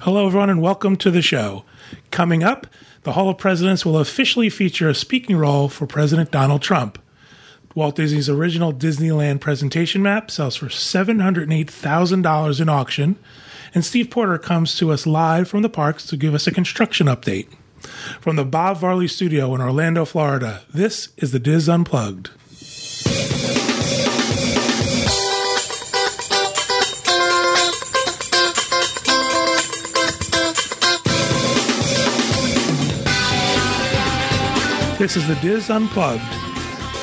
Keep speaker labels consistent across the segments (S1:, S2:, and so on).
S1: Hello, everyone, and welcome to the show. Coming up, the Hall of Presidents will officially feature a speaking role for President Donald Trump. Walt Disney's original Disneyland presentation map sells for $708,000 in auction, and Steve Porter comes to us live from the parks to give us a construction update. From the Bob Varley Studio in Orlando, Florida, this is the Diz Unplugged. This is the Diz Unplugged,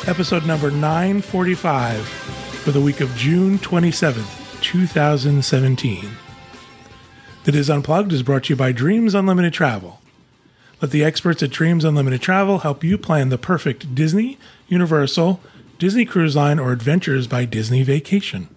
S1: episode number 945 for the week of June 27th, 2017. The Diz Unplugged is brought to you by Dreams Unlimited Travel. Let the experts at Dreams Unlimited Travel help you plan the perfect Disney, Universal, Disney Cruise Line, or Adventures by Disney vacation.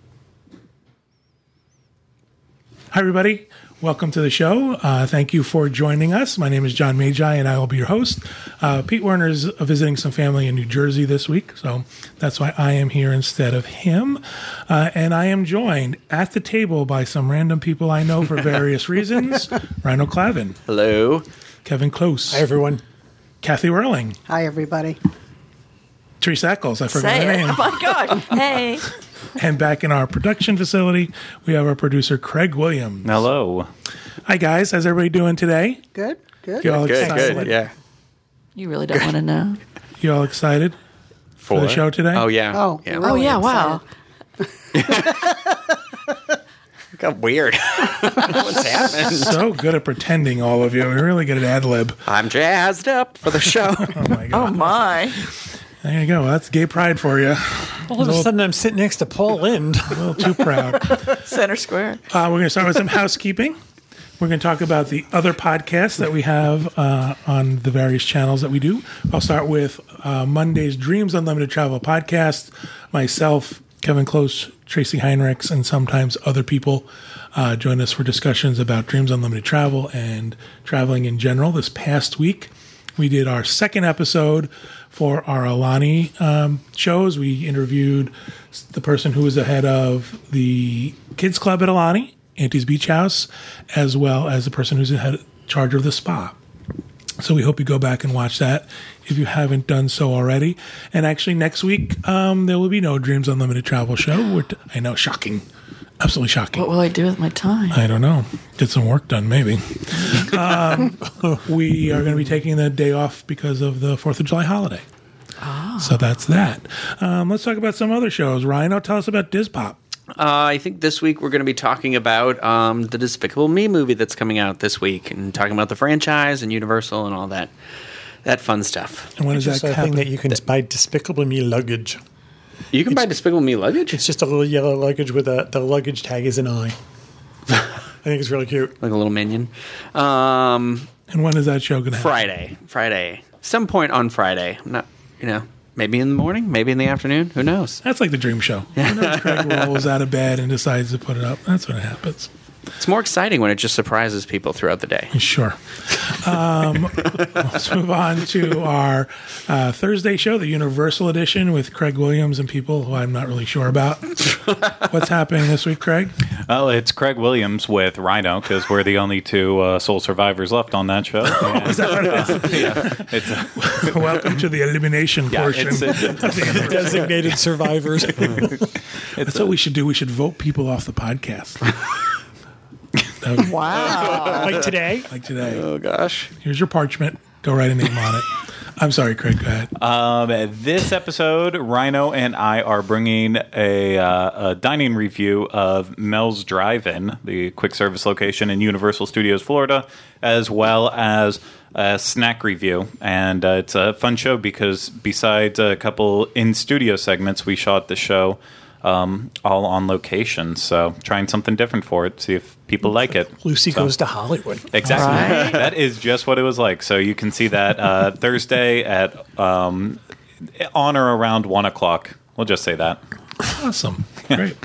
S1: Hi, everybody. Welcome to the show. Uh, thank you for joining us. My name is John Magi, and I will be your host. Uh, Pete Werner is visiting some family in New Jersey this week, so that's why I am here instead of him. Uh, and I am joined at the table by some random people I know for various reasons Rhino Clavin,
S2: Hello.
S1: Kevin Close,
S3: Hi, everyone.
S1: Kathy Whirling,
S4: Hi, everybody.
S1: Teresa Eccles, I forgot her
S5: Say it.
S1: name.
S5: Oh my God. Hey.
S1: And back in our production facility, we have our producer, Craig Williams.
S6: Hello.
S1: Hi, guys. How's everybody doing today?
S4: Good, good.
S1: You all
S2: Good,
S1: excited?
S2: good. Yeah.
S5: You really don't want to know.
S1: You all excited for the show today?
S2: Oh, yeah.
S4: Oh,
S2: yeah.
S4: really?
S5: Oh, yeah. Wow.
S4: excited.
S2: It got weird. What's happening?
S1: So good at pretending, all of you. We're really good at ad lib.
S2: I'm jazzed up for the show.
S1: Oh, my God.
S5: Oh, my.
S1: There you go. That's gay pride for you.
S3: All of a sudden, I'm sitting next to Paul Lind.
S1: A little too proud.
S5: Center Square.
S1: Uh, we're going to start with some housekeeping. We're going to talk about the other podcasts that we have uh, on the various channels that we do. I'll start with uh, Monday's Dreams Unlimited Travel podcast. Myself, Kevin Close, Tracy Heinrichs, and sometimes other people uh, join us for discussions about Dreams Unlimited Travel and traveling in general. This past week, we did our second episode for our Alani um, shows. We interviewed s- the person who was the head of the kids club at Alani, Auntie's Beach House, as well as the person who's in head, charge of the spa. So we hope you go back and watch that if you haven't done so already. And actually, next week um, there will be no Dreams Unlimited Travel show. Which I know, shocking, absolutely shocking.
S5: What will I do with my time?
S1: I don't know. Get some work done, maybe. um, we are going to be taking the day off because of the Fourth of July holiday. So that's that. Um, let's talk about some other shows. Rhino, tell us about Dispop.
S2: Uh, I think this week we're going to be talking about um, the Despicable Me movie that's coming out this week, and talking about the franchise and Universal and all that that fun stuff.
S1: And when is
S3: Just
S1: that
S3: a thing
S1: happening?
S3: that you can buy Despicable Me luggage.
S2: You can buy Despicable Me luggage,
S3: It's just a little yellow luggage with a the luggage tag is an eye. I think it's really cute.
S2: like a little minion. Um,
S1: and when is that show going to happen?
S2: Friday, Friday, some point on Friday. I'm not, you know, maybe in the morning, maybe in the afternoon. Who knows?
S1: That's like the dream show. You know, Craig rolls out of bed and decides to put it up. That's when it happens.
S2: It's more exciting when it just surprises people throughout the day.
S1: Sure. Um, let's move on to our uh, Thursday show, the Universal Edition, with Craig Williams and people who I'm not really sure about. What's happening this week, Craig?
S6: Well, it's Craig Williams with Rhino because we're the only two uh, soul survivors left on that show. And, uh, yeah, it's,
S1: Welcome to the elimination
S6: yeah,
S1: portion.
S6: it's, it's, it's,
S3: Designated survivors.
S1: That's what we should do. We should vote people off the podcast. That would be
S5: Wow.
S3: like today.
S1: like today.
S2: Oh gosh.
S1: Here's your parchment. Go write a name on it. I'm sorry, Craig. Go ahead.
S6: um, this episode, Rhino and I are bringing a, uh, a dining review of Mel's Drive-In, the quick service location in Universal Studios, Florida, as well as a snack review. And uh, it's a fun show because besides a couple in-studio segments, we shot the show um, all on location. So trying something different for it, see if people like it.
S3: Lucy
S6: So-
S3: goes to Hollywood.
S6: Exactly. That is just what it was like. So you can see that uh, Thursday at um, on or around one o'clock. We'll just say that.
S1: Awesome. Great.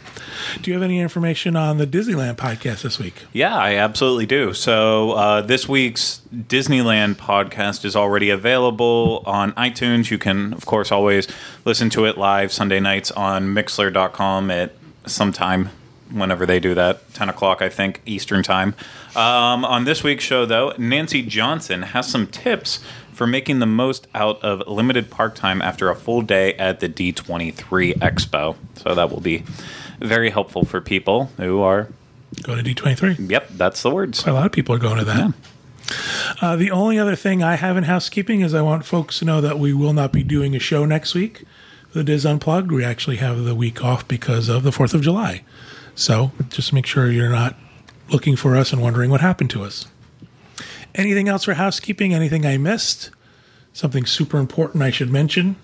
S1: Do you have any information on the Disneyland podcast this week?
S6: Yeah, I absolutely do. So uh, this week's Disneyland podcast is already available on iTunes. You can, of course, always listen to it live Sunday nights on Mixler.com at sometime whenever they do that, 10 o'clock, I think, Eastern time. Um, on this week's show, though, Nancy Johnson has some tips for making the most out of limited park time after a full day at the D23 Expo. So that will be very helpful for people who are,
S1: Go to D23.
S6: yep, that's the words.
S1: A lot of people are going to that. Uh, the only other thing I have in housekeeping is I want folks to know that we will not be doing a show next week. The Diz Unplugged. We actually have the week off because of the 4th of July. So just make sure you're not looking for us and wondering what happened to us. Anything else for housekeeping? Anything I missed? Something super important I should mention?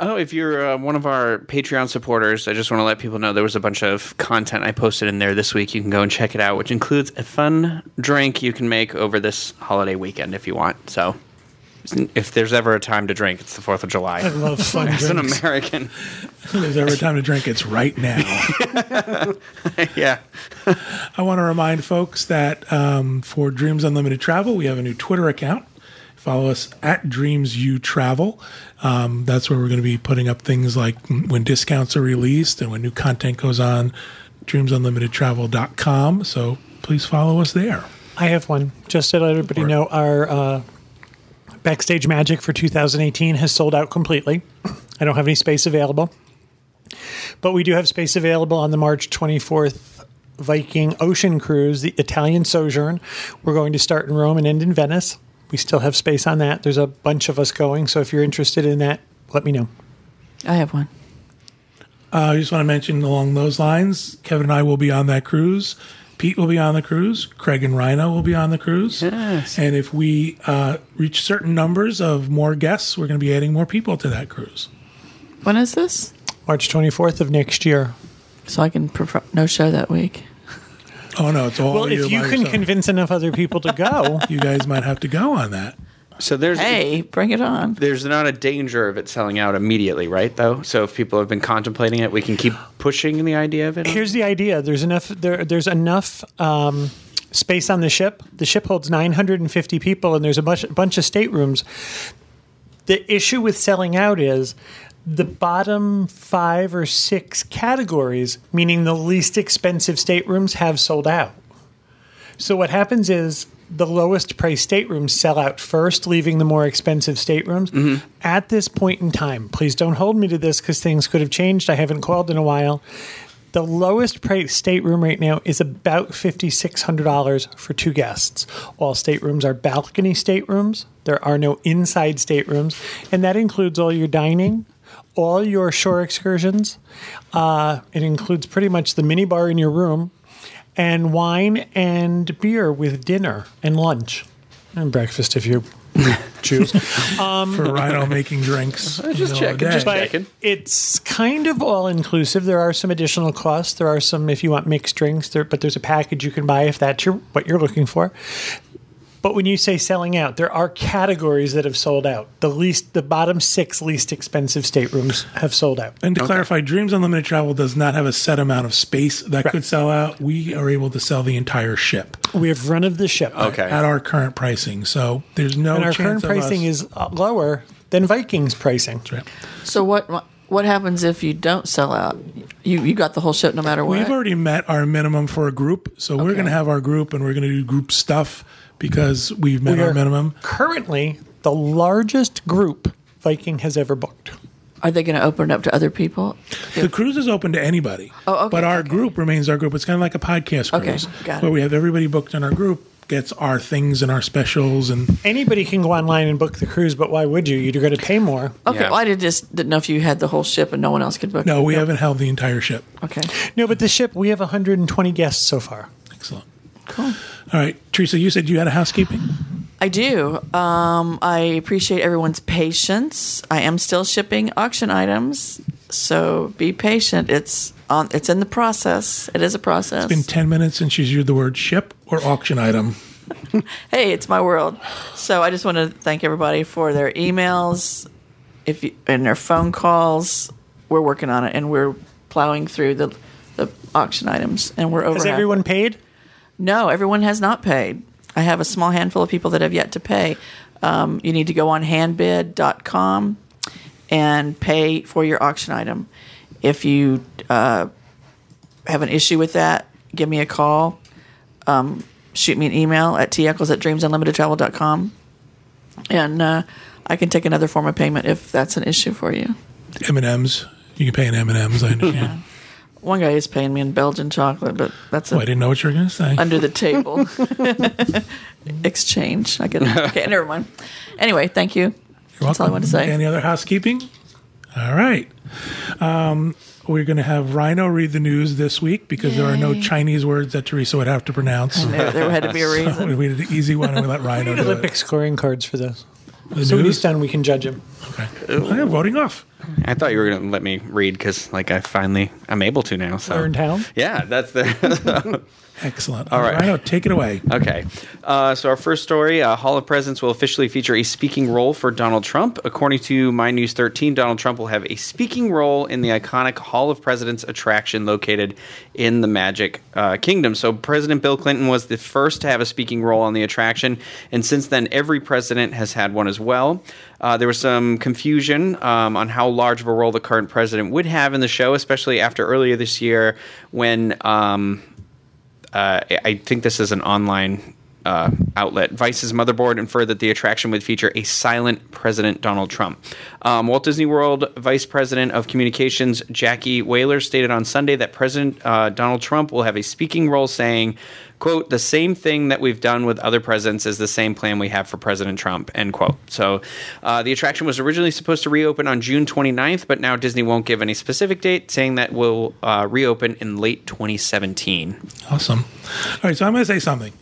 S2: Oh, if you're uh, one of our Patreon supporters, I just want to let people know there was a bunch of content I posted in there this week. You can go and check it out, which includes a fun drink you can make over this holiday weekend if you want. So, if there's ever a time to drink, it's the 4th of
S3: I
S2: July.
S3: love fun
S2: As an
S3: drinks.
S2: American.
S1: If there's ever a time to drink, it's right now.
S2: yeah.
S1: I want to remind folks that um, for Dreams Unlimited Travel, we have a new Twitter account. Follow us at Dreams You Travel. Um, that's where we're going to be putting up things like m- when discounts are released and when new content goes on, dreamsunlimitedtravel.com. So please follow us there.
S3: I have one. Just to let everybody know, our uh, Backstage Magic for 2018 has sold out completely. I don't have any space available. But we do have space available on the March 24th Viking Ocean Cruise, the Italian Sojourn. We're going to start in Rome and end in Venice. We still have space on that. There's a bunch of us going. So if you're interested in that, let me know.
S5: I have one.
S1: Uh, I just want to mention along those lines, Kevin and I will be on that cruise. Pete will be on the cruise. Craig and Rhino will be on the cruise.
S2: Yes.
S1: And if we uh, reach certain numbers of more guests, we're going to be adding more people to that cruise.
S5: When is this?
S3: March 24th of next year.
S5: So I can prefer no show that week.
S1: Oh no, it's all
S3: Well,
S1: you
S3: if you
S1: by
S3: can
S1: yourself.
S3: convince enough other people to go,
S1: you guys might have to go on that.
S2: So, there's.
S5: Hey, bring it on.
S2: There's not a danger of it selling out immediately, right? Though, so if people have been contemplating it, we can keep pushing the idea of it.
S3: here's the idea there's enough there, there's enough um, space on the ship the ship holds 950 people and there's a bunch, bunch of staterooms the issue with selling out is the bottom five or six categories meaning the least expensive staterooms have sold out so what happens is the lowest price staterooms sell out first, leaving the more expensive staterooms. At this point in time, please don't hold me to this because things could have changed. I haven't called in a while. The lowest price stateroom right now is about fifty six hundred dollars for two guests. All staterooms are balcony staterooms. There are no inside staterooms, and that includes all your dining, all your shore excursions. Uh, it includes pretty much the mini bar in your room and wine and beer with dinner and lunch and breakfast if you choose.
S1: For Rhino making drinks. in
S2: Just
S1: the middle of the
S2: checking, just
S1: day.
S2: checking.
S3: but it's kind of all inclusive. There are some additional costs. There are some if you want mixed drinks, there, but there's a package you can buy if that's your, what you're looking for. But when you say selling out, there are categories that have sold out. The least, the bottom six least expensive staterooms have sold out.
S1: And to clarify, Dreams Unlimited Travel does not have a set amount of space that could sell out. We are able to sell the entire ship
S3: We have run of the ship.
S2: okay.
S1: at our current pricing. So there's no
S3: And our
S1: chance
S3: current
S1: of
S3: pricing
S1: us-
S3: is uh, lower than Vikings pricing.
S5: So what what happens if you don't sell out? You you got the whole show no matter what.
S1: We've already met our minimum for a group, so we're
S5: Okay.
S1: going to have our group and we're going to do group stuff because we've met our minimum.
S3: currently the largest group Viking has ever booked.
S5: Are they going to open it up to other people?
S1: The cruise is open to anybody.
S5: Oh, okay,
S1: But our
S5: okay.
S1: group remains our group. It's kind of like a podcast
S5: Okay,
S1: cruise
S5: got it.
S1: where we have everybody booked in our group, gets our things and our specials. And
S3: Anybody can go online and book the cruise, but why would you? You're going to pay more.
S5: Okay,
S2: Yeah.
S5: well, I did just didn't know if you had the whole ship and no one else could book.
S1: no,
S5: it.
S1: we haven't held the entire ship.
S5: Okay,
S3: No, but the ship, we have 120 guests so far.
S1: Excellent.
S5: cool.
S1: All right, Teresa, you said you had a housekeeping.
S5: I do. Um, I appreciate everyone's patience. I am still shipping auction items, so be patient. It's on. It's in the process. It is a process.
S1: Been 10 minutes since you used the word ship or auction item.
S5: hey, it's my world. So I just want to thank everybody for their emails, if you, and their phone calls. We're working on it, and we're plowing through the the auction items, and we're over.
S3: Has
S5: halfway.
S3: everyone paid?
S5: No, everyone has not paid. I have a small handful of people that have yet to pay. Um, you need to go on handbid.com and pay for your auction item. If you uh, have an issue with that, give me a call. Um, shoot me an email at teckles at dreamsunlimitedtravel.com. And uh, I can take another form of payment if that's an issue for you.
S1: M and M's. You can pay in M and M's. I understand.
S5: One guy is paying me in Belgian chocolate, but that's
S1: Oh, I
S5: a
S1: didn't know what you were going to say.
S5: under the table exchange. I can. Okay, never mind. Anyway, thank you.
S1: You're
S5: That's all I
S1: welcome.
S5: wanted to say.
S1: Any other housekeeping? All right. Um, we're going to have Rhino read the news this week because there are no Chinese words that Teresa would have to pronounce.
S5: There, there had to be a reason.
S1: we did the easy one and we let Rhino do
S3: Olympic
S1: it.
S3: scoring cards for this.
S1: The
S3: So when he's
S1: news?
S3: done, we can judge him.
S1: Okay. I am voting off.
S2: I thought you were gonna let me read because like I finally I'm able to now. So
S3: Learned how.
S2: Yeah, that's the
S1: Excellent.
S2: All right.
S1: Rhino, take it away.
S2: Okay. Uh, so, our first story uh, Hall of Presidents will officially feature a speaking role for Donald Trump. According to My News 13, Donald Trump will have a speaking role in the iconic Hall of Presidents attraction located in the Magic uh, Kingdom. So, President Bill Clinton was the first to have a speaking role on the attraction. And since then, every president has had one as well. Uh, there was some confusion um, on how large of a role the current president would have in the show, especially after earlier this year when. Um, uh, I think this is an online uh, outlet. Vice's motherboard inferred that the attraction would feature a silent President Donald Trump. Um, Walt Disney World Vice President of Communications Jackie Whaler stated on Sunday that President uh, Donald Trump will have a speaking role saying, quote, the same thing that we've done with other presidents is the same plan we have for President Trump, end quote. So uh, the attraction was originally supposed to reopen on June 29th, but now Disney won't give any specific date, saying that will uh, reopen in late 2017.
S1: Awesome. All right, so I'm going to say something,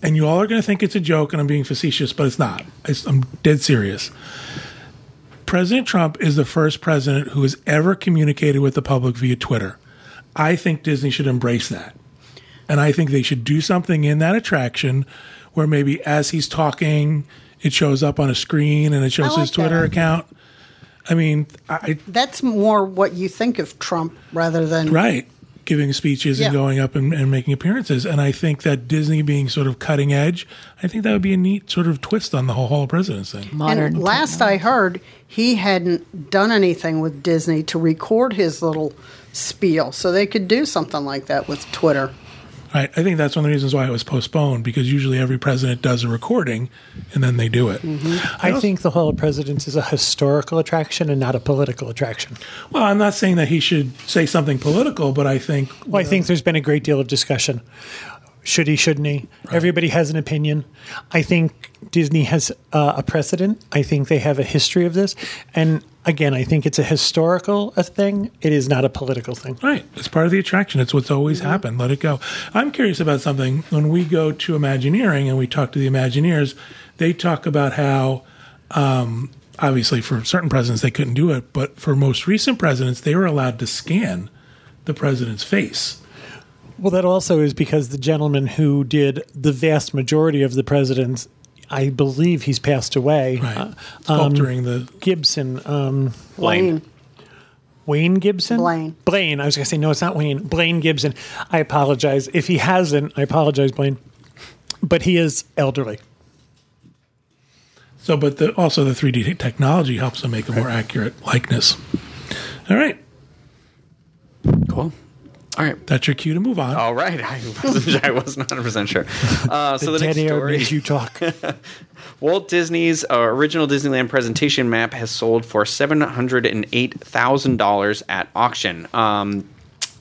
S1: and you all are going to think it's a joke, and I'm being facetious, but it's not. It's, I'm dead serious. President Trump is the first president who has ever communicated with the public via Twitter. I think Disney should embrace that. And I think they should do something in that attraction where maybe as he's talking, it shows up on a screen and it shows
S4: I like
S1: his Twitter
S4: that.
S1: account. I mean, I, I-
S4: That's more what you think of Trump rather than
S1: right giving speeches and
S4: Yeah.
S1: going up and, and making appearances and i think that disney being sort of cutting edge i think that would be a neat sort of twist on the whole hall of presidents thing
S4: And last I heard, he hadn't done anything with Disney to record his little spiel, so they could do something like that with Twitter.
S1: right i think that's one of the reasons why it was postponed because usually every president does a recording and then they do it
S3: I think the Hall of Presidents is a historical attraction and not a political attraction.
S1: well i'm not saying that he should say something political but i think
S3: Well, I think there's been a great deal of discussion. Should he, shouldn't he? Everybody has an opinion. I think Disney has uh, a precedent. I think they have a history of this. And again, I think it's a historical uh, thing. It is not a political thing.
S1: Right. It's part of the attraction. It's what's always happened. Let it go. I'm curious about something. When we go to Imagineering and we talk to the Imagineers, they talk about how, um, obviously, for certain presidents, they couldn't do it, but for most recent presidents, they were allowed to scan the president's face.
S3: Well, that also is because the gentleman who did the vast majority of the presidents, I believe he's passed away.
S1: Right.
S3: Uh,
S1: Sculpturing the.
S3: Gibson, um,
S6: Blaine.
S3: Wayne Gibson?
S4: Blaine.
S3: Blaine. I was going to say, no, it's not Wayne. Blaine Gibson. I apologize. If he hasn't, I apologize, Blaine. But he is elderly.
S1: So, but the, also the 3D te- technology helps them make a more accurate likeness. All right.
S2: Cool. All right.
S1: That's your cue to move on.
S2: All right. I wasn't, I wasn't 100% sure. Uh, so the, next
S3: Dead air
S2: story.
S3: makes you talk.
S2: Walt Disney's uh, original Disneyland presentation map has sold for $708,000 at auction. Um,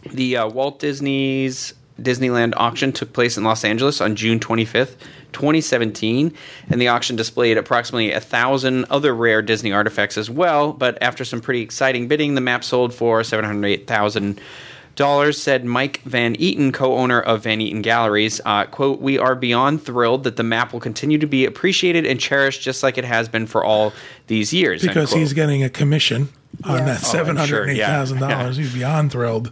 S2: the uh, Walt Disney's Disneyland auction took place in Los Angeles on June 25th, 2017, and the auction displayed approximately a thousand other rare Disney artifacts as well. But after some pretty exciting bidding, the map sold for 708,000 dollars said mike van eaton co-owner of van eaton galleries uh, quote we are beyond thrilled that the map will continue to be appreciated and cherished just like it has been for all these years end
S1: because
S2: quote.
S1: he's getting a commission on
S4: Yeah.
S1: that
S2: Oh, I'm sure,
S1: $708,000.
S2: yeah.
S1: He's beyond thrilled.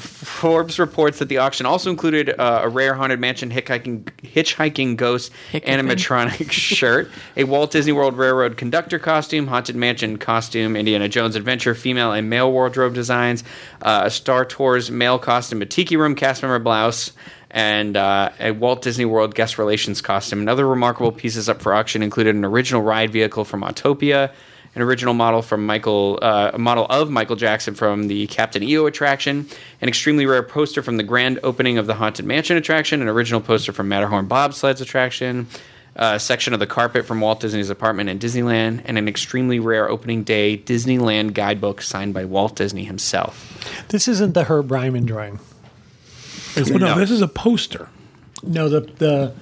S2: Forbes reports that the auction also included uh, a rare haunted mansion hitchhiking, hitchhiking ghost
S5: Hickhiking.
S2: animatronic shirt, a Walt Disney World Railroad conductor costume, haunted mansion costume, Indiana Jones adventure female and male wardrobe designs, uh, a Star Tours male costume, a tiki room cast member blouse. And uh, a Walt Disney World guest relations costume. And other remarkable pieces up for auction included an original ride vehicle from Autopia, an original model from Michael, uh, a model of Michael Jackson from the Captain EO attraction, an extremely rare poster from the grand opening of the Haunted Mansion attraction, an original poster from Matterhorn Bobsleds attraction, a section of the carpet from Walt Disney's apartment in Disneyland, and an extremely rare opening day Disneyland guidebook signed by Walt Disney himself.
S3: This isn't the Herb Ryman drawing.
S1: Well, no,
S2: No.
S1: this is a poster.
S3: No, the the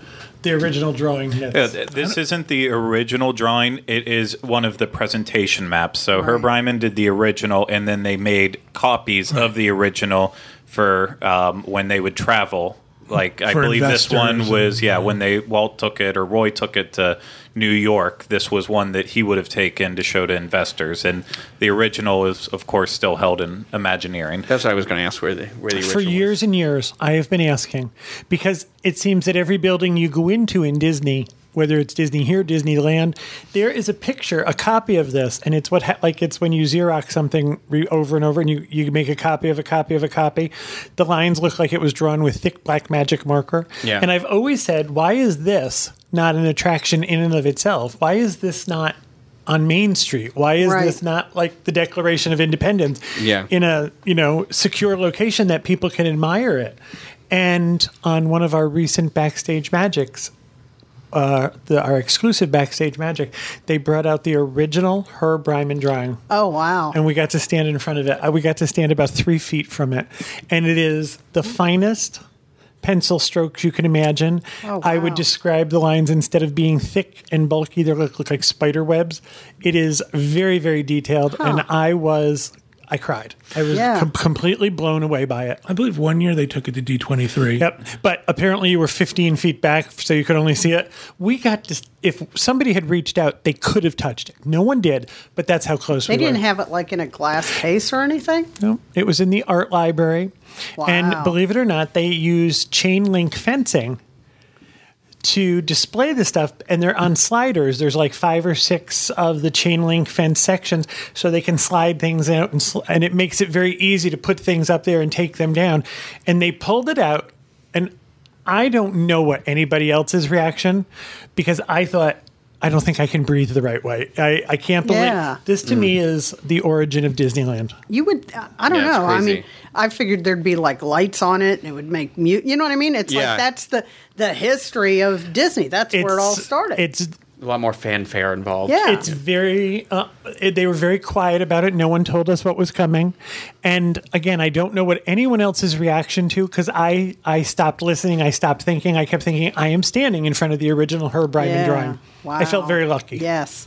S3: the original drawing.
S6: Yeah,
S3: Yes.
S6: th- this isn't the original drawing. It is one of the presentation maps. So Herb Ryman did the original, and then they made copies of the original for um, when they would travel. Like I
S1: For
S6: believe this
S1: investors
S6: one was,
S1: and-
S6: yeah, when they Walt took it or Roy took it to New York. This was one that he would have taken to show to investors, and the original is, of course, still held in Imagineering.
S2: That's what I was going to ask where the where the original
S3: For
S2: was.
S3: years and years, I have been asking because it seems that every building you go into in Disney, whether it's Disney here, Disneyland, there is a picture, a copy of this, and it's what ha- like it's when you Xerox something re- over and over, and you you make a copy of a copy of a copy. The lines look like it was drawn with thick black magic marker.
S2: Yeah.
S3: And I've always said, why is this not an attraction in and of itself? Why is this not on Main Street? Why is
S4: Right.
S3: this not like the Declaration of Independence?
S2: Yeah.
S3: in a you know secure location that people can admire it. And on one of our recent backstage magics, uh, the, our exclusive backstage magic, they brought out the original Herb Ryman drawing,
S4: Oh wow!
S3: and we got to stand in front of it. Uh, We got to stand about three feet from it, and it is the
S4: Mm-hmm.
S3: finest pencil strokes you can imagine.
S4: Oh,
S3: I would
S4: wow.
S3: describe the lines instead of being thick and bulky, they look, look like spider webs. It is very, very detailed, and I was. I cried. I was
S4: Yeah.
S3: com- completely blown away by it.
S1: I believe one year they took it to D23.
S3: Yep. But apparently you were 15 feet back, so you could only see it. We got to, if somebody had reached out, they could have touched it. No one did, but that's how close
S4: They
S3: we
S4: didn't
S3: were.
S4: have it like in a glass case or anything.
S3: No, it was in the art library. And
S4: Wow.
S3: believe it or not, they use chain link fencing to display the stuff and they're on sliders. There's like five or six of the chain link fence sections so they can slide things out and, sl- and it makes it very easy to put things up there and take them down. And they pulled it out and I don't know what anybody else's reaction because I thought I don't think I can breathe the right way. I, I can't believe
S4: Yeah. Mm.
S3: this to me is the origin of Disneyland.
S4: You would. I- I don't
S2: Yeah, it's
S4: know. I mean,
S2: crazy.
S4: I figured there'd be like lights on it, and it would make mute. You know what I mean? It's
S2: Yeah.
S4: like that's the the history of Disney. That's where it all started.
S3: It's
S2: a lot more fanfare involved.
S4: Yeah.
S3: it's very uh, it- they were very quiet about it. No one told us what was coming, and again, I don't know what anyone else's reaction to because I I stopped listening, I stopped thinking, I kept thinking I am standing in front of the original Herb Ryman
S4: Yeah.
S3: drawing. I felt
S4: Wow.
S3: very lucky.
S4: Yes.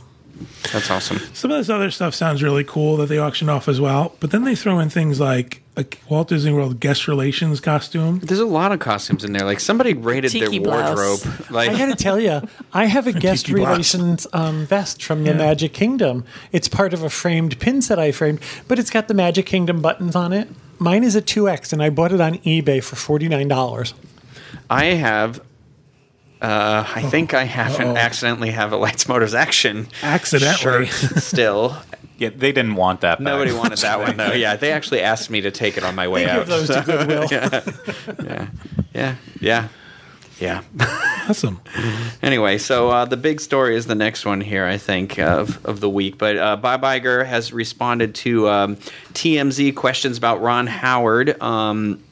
S2: That's awesome.
S1: Some of this other stuff sounds really cool that they auction off as well. But then they throw in things like a Walt Disney World guest relations costume.
S2: There's a lot of costumes in there. Like somebody raided their
S5: Tiki blouse.
S2: wardrobe.
S3: I
S2: Like
S3: got to tell you, I have a guest
S1: Tiki blast.
S3: relations um, vest from the Magic Kingdom. It's part of a framed pin set I framed, but it's got the Magic Kingdom buttons on it. Mine is a 2X, and I bought it on eBay for $49.
S2: I have. Uh, I think I haven't accidentally have a Lights Motors action
S1: Accidentally.
S2: shirt still.
S6: Yeah, they didn't want that. Back.
S2: Nobody wanted that one though. Yeah, they actually asked me to take it on my way
S3: They
S2: out.
S3: give those to Goodwill.
S2: yeah, yeah, yeah, yeah.
S1: Awesome.
S2: Anyway, so uh, the big story is the next one here, I think, of, of the week. But uh, Bob Iger has responded to um, TMZ questions about Ron Howard. Um,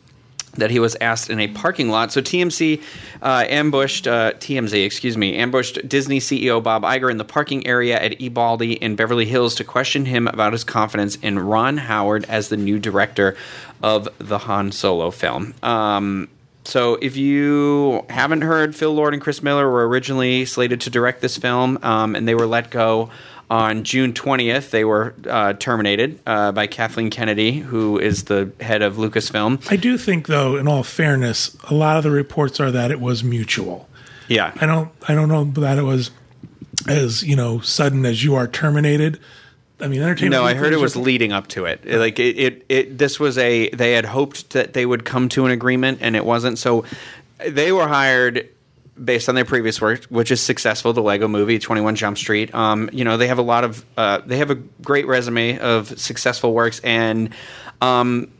S2: that he was asked in a parking lot. So TMC uh, ambushed uh, TMZ, excuse me, ambushed Disney CEO Bob Iger in the parking area at Ebaldi in Beverly Hills to question him about his confidence in Ron Howard as the new director of the Han Solo film. Um, so, if you haven't heard, Phil Lord and Chris Miller were originally slated to direct this film, um, and they were let go on June 20th. They were uh, terminated uh, by Kathleen Kennedy, who is the head of Lucasfilm.
S1: I do think, though, in all fairness, a lot of the reports are that it was mutual.
S2: Yeah.
S1: I don't. I don't know that it was as you know sudden as you are terminated. I mean, entertainment.
S2: No, I heard it was
S1: Weekly-
S2: leading up to it. Like it, it, it, this was a. They had hoped that they would come to an agreement, and it wasn't. So they were hired based on their previous work, which is successful. The Lego Movie, Twenty One Jump Street. Um, you know, they have a lot of. Uh, they have a great resume of successful works, and um,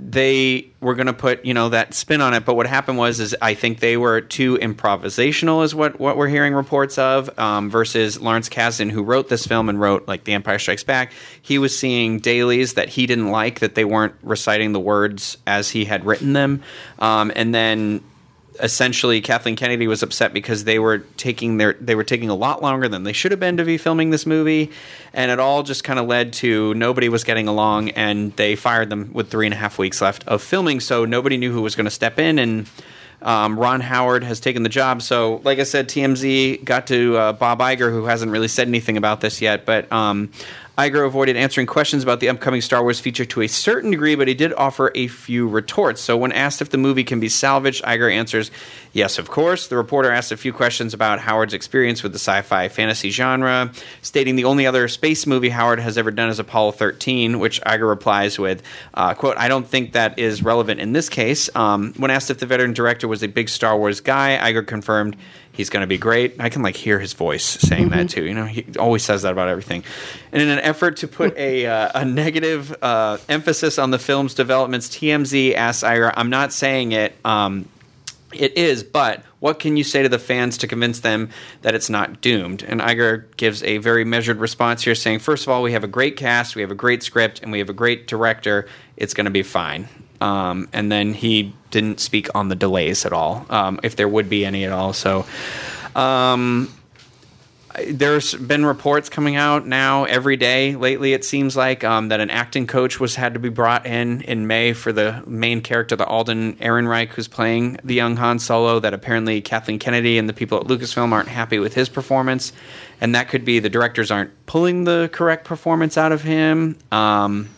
S2: they were going to put you know that spin on it but what happened was is i think they were too improvisational is what what we're hearing reports of um, versus lawrence kasdan who wrote this film and wrote like the empire strikes back he was seeing dailies that he didn't like that they weren't reciting the words as he had written them um, and then essentially Kathleen Kennedy was upset because they were taking their they were taking a lot longer than they should have been to be filming this movie, and it all just kind of led to nobody was getting along, and they fired them with three and a half weeks left of filming, so nobody knew who was going to step in and. Um, Ron Howard has taken the job. So, like I said, TMZ got to uh, Bob Iger, who hasn't really said anything about this yet. But um, Iger avoided answering questions about the upcoming Star Wars feature to a certain degree, but he did offer a few retorts. So, when asked if the movie can be salvaged, Iger answers, Yes, of course. The reporter asked a few questions about Howard's experience with the sci fi fantasy genre, stating the only other space movie Howard has ever done is Apollo 13, which Iger replies with, uh, quote, I don't think that is relevant in this case. Um, when asked if the veteran director was a big Star Wars guy, Iger confirmed, he's going to be great. I can like hear his voice saying that too. You know, he always says that about everything. And in an effort to put a uh, a negative uh, emphasis on the film's developments, TMZ asks Ira, "I'm not saying it. Um, it is, but what can you say to the fans to convince them that it's not doomed? And Iger gives a very measured response here, saying, first of all, we have a great cast, we have a great script, and we have a great director. It's going to be fine. Um, and then he didn't speak on the delays at all, um, if there would be any at all. So, um, there's been reports coming out now every day lately. It seems like um, that an acting coach was had to be brought in in May for the main character, the Alden Ehrenreich, who's playing the young Han Solo. That apparently Kathleen Kennedy and the people at Lucasfilm aren't happy with his performance, and that could be the directors aren't pulling the correct performance out of him. Um,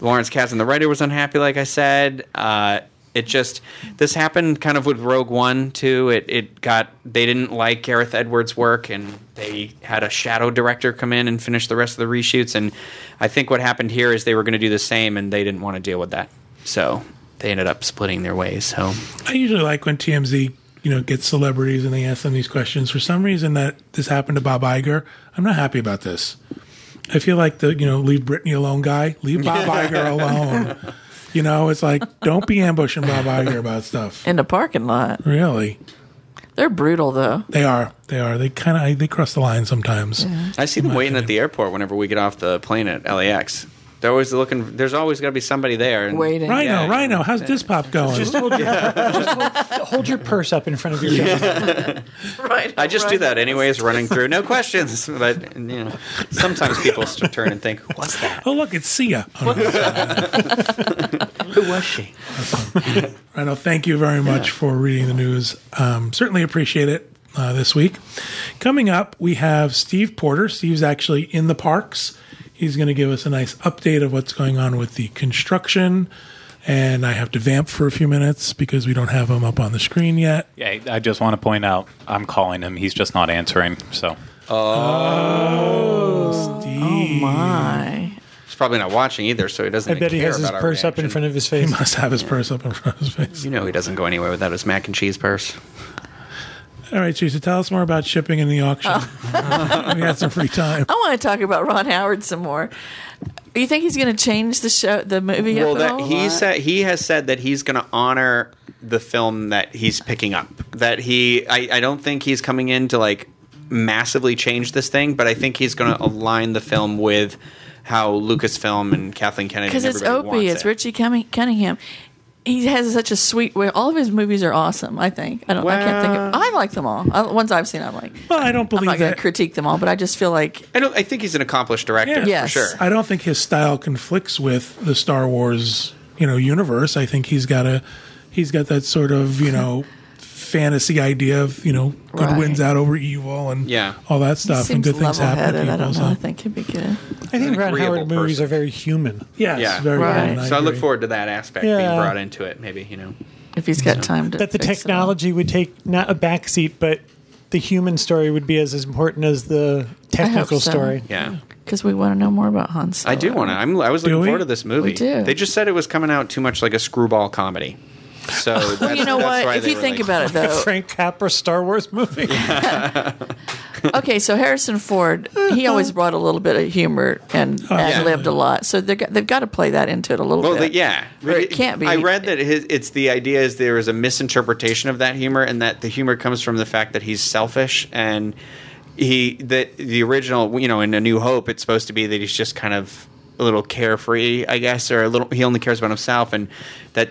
S2: Lawrence Kasdan, the writer, was unhappy. Like I said, uh, it just this happened kind of with Rogue One too. It it got they didn't like Gareth Edwards' work, and they had a shadow director come in and finish the rest of the reshoots. And I think what happened here is they were going to do the same, and they didn't want to deal with that, so they ended up splitting their ways. So
S1: I usually like when TMZ, you know, gets celebrities and they ask them these questions. For some reason, that this happened to Bob Iger. I'm not happy about this. I feel like the you know leave Britney alone guy. Leave Bob Iger alone. You know, it's like don't be ambushing Bob Iger about stuff.
S5: in the parking lot.
S1: Really,
S5: They're brutal though.
S1: they are. They are. They kind of they cross the line sometimes.
S2: I see them waiting at the airport whenever we get off the plane at LAX. They're always looking. There's always going to be somebody there. and-
S5: Waiting.
S1: Rhino,
S2: Yeah.
S1: Rhino, how's this pop going?
S3: Just hold, your, just hold, hold your purse up in front of your face.
S5: Right.
S2: I just do
S5: right.
S2: that anyways, running through, no questions. But you know, sometimes people st- turn and think, "Who was that?
S1: oh look, it's Sia. Oh, no.
S2: Who was she?"
S1: Rhino, thank you very much for reading the news. Um, certainly appreciate it uh, this week. Coming up, we have Steve Porter. Steve's actually in the parks. He's going to give us a nice update of what's going on with the construction. And I have to vamp for a few minutes because we don't have him up on the screen yet.
S6: Yeah, I just want to point out I'm calling him. He's just not answering. So
S1: Steve
S5: My.
S2: He's probably not watching either, so he doesn't.
S3: I bet he
S2: care
S3: has his
S2: about our
S3: purse up in
S2: reaction.
S3: front of his face.
S1: must have his purse up in front of his face.
S2: You know, he doesn't go anywhere without his mac and cheese purse.
S1: All right, Teresa, tell us more about shipping in the auction.
S5: Oh.
S1: we had some free time.
S5: I want to talk about Ron Howard some more. You think he's going to change the show, the movie?
S2: Well,
S5: up at
S2: that
S5: all?
S2: he said he has said that he's going to honor the film that he's picking up. That he, I, I don't think he's coming in to like massively change this thing, but I think he's going to align the film with how Lucasfilm and Kathleen Kennedy
S5: because
S2: and
S5: it's
S2: everybody
S5: Opie,
S2: wants
S5: it's
S2: it.
S5: Richie Cunning- Cunningham. He has such a sweet way. All of his movies are awesome. I think. I don't. I can't think. of I like them all. I, ones I've seen, I like.
S1: Well, I don't
S5: I'm
S1: believe
S5: not going
S1: that.
S5: to critique them all, but I just feel like
S2: I don't. I think he's an accomplished director
S1: Yeah.
S5: Yes.
S2: for sure.
S1: I don't think his style conflicts with the Star Wars, you know, universe. I think he's got a he's got that sort of, you know, fantasy idea of, you know, good
S5: Right.
S1: wins out over evil and
S2: Yeah.
S1: all that stuff and
S5: seems
S1: good things happen to
S5: level-headed. I
S1: people.
S5: don't know. I
S1: So.
S5: think he'd be good.
S3: I think Ron
S2: agreeable
S3: Howard movies
S2: person.
S3: are very human.
S1: Yes,
S2: Yeah.
S1: very
S5: Right.
S1: good.
S2: so I look
S1: agree.
S2: forward to that aspect being
S3: Yeah.
S2: brought into it. Maybe you know.
S5: If he's got time to.
S3: That the
S5: fix it all.
S3: technology would take not a backseat, but the human story would be as, as important as the technical
S5: so.
S3: story.
S2: Yeah.
S5: because we want to know more about Han Solo.
S2: I do want to. I'm. I was
S1: Do
S2: looking
S1: we?
S2: forward to this movie.
S5: We do.
S2: They just said it was coming out too much like a screwball comedy. So that's,
S5: Well, you know
S2: that's why
S5: what? If
S2: they
S5: you
S2: were
S5: think
S2: like-
S5: about it, though,
S3: Frank Capra Star Wars movie.
S5: okay, so Harrison Ford, he always brought a little bit of humor and,
S1: Oh,
S5: and lived a lot. So they're, go- they've got to play that into it a little
S2: Well,
S5: bit.
S2: the, yeah,
S5: Or it can't be.
S2: I read that his, it's the idea is there is a misinterpretation of that humor, and that the humor comes from the fact that he's selfish and he that the original, you know, in A New Hope, it's supposed to be that he's just kind of a little carefree, I guess, or a little he only cares about himself, and that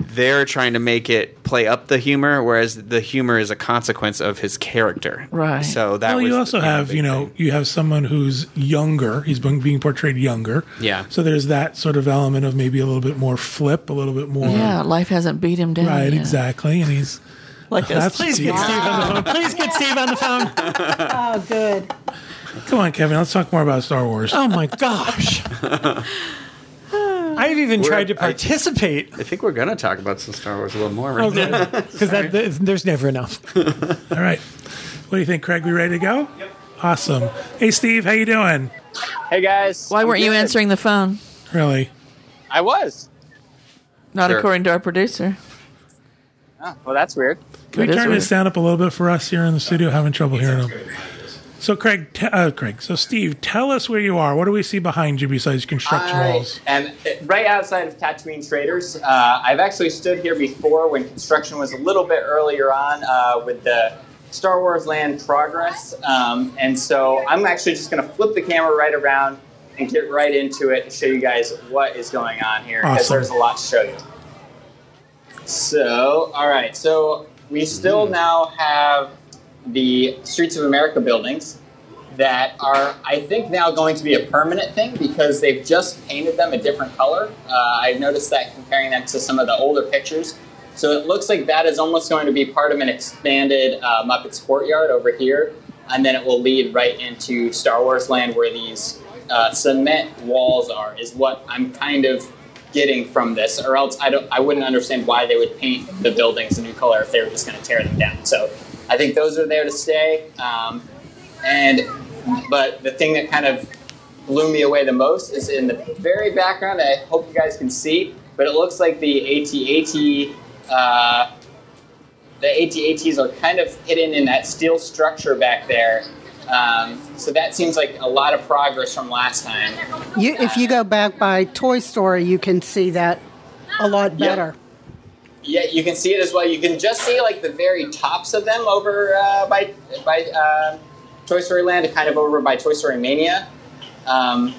S2: they're trying to make it play up the humor, whereas the humor is a consequence of his character.
S5: Right.
S2: So
S1: Well,
S2: that was
S1: you
S2: the-
S1: also have,
S2: big
S1: you know,
S2: thing.
S1: you have someone who's younger. He's been being portrayed younger.
S2: Yeah.
S1: So there's that sort of element of maybe a little bit more flip, a little bit more.
S5: yeah, life hasn't beat him down.
S1: Right,
S5: yet.
S1: exactly. And he's.
S5: Like us.
S1: That's
S3: Please get Steve on the phone. Please get Steve on the phone.
S4: Oh, good.
S1: Come on, Kevin. Let's talk more about Star Wars.
S3: Oh my gosh. I've even
S2: We're-
S3: tried to
S2: I-
S3: participate
S2: I think we're gonna talk about some Star Wars a little more right now.
S3: because that th- there's never enough.
S1: All right. What do you think, Craig? We ready to go? Yep. Awesome. Hey, Steve. How you doing?
S7: Hey guys.
S5: Why
S7: I'm
S5: weren't you
S7: good.
S5: answering the phone?
S1: Really?
S7: I was.
S5: Not
S2: Sure.
S5: according to our producer.
S7: Oh, well, that's weird.
S1: Can we
S5: That is
S1: turn
S5: weird.
S1: this down up a little bit for us here in the studio? Having trouble hearing them. So, Craig, t- uh, Craig, so Steve, tell us where you are. What do we see behind you besides construction walls?
S7: And uh, right outside of Tatooine Traders, uh, I've actually stood here before when construction was a little bit earlier on uh, with the Star Wars Land progress. Um, and so I'm actually just going to flip the camera right around and get right into it and show you guys what is going on here because
S1: Awesome.
S7: there's a lot to show you. So, all right. So we still
S1: Hmm.
S7: now have the Streets of America buildings that are, I think, now going to be a permanent thing because they've just painted them a different color. Uh, I've noticed that comparing them to some of the older pictures. So it looks like that is almost going to be part of an expanded uh, Muppets Courtyard over here, and then it will lead right into Star Wars Land where these uh, cement walls are, is what I'm kind of getting from this, or else I don't. I wouldn't understand why they would paint the buildings a new color if they were just going to tear them down. So I think those are there to stay. Um, and but the thing that kind of blew me away the most is in the very background. I hope you guys can see, but it looks like the AT-AT. Uh, the AT-ATs are kind of hidden in that steel structure back there. Um, so that seems like a lot of progress from last time.
S4: You, if you go back by Toy Story, you can see that a lot better.
S7: Yeah, you can see it as well. You can just see like the very tops of them over uh, by by uh, Toy Story Land, and kind of over by Toy Story Mania. Um,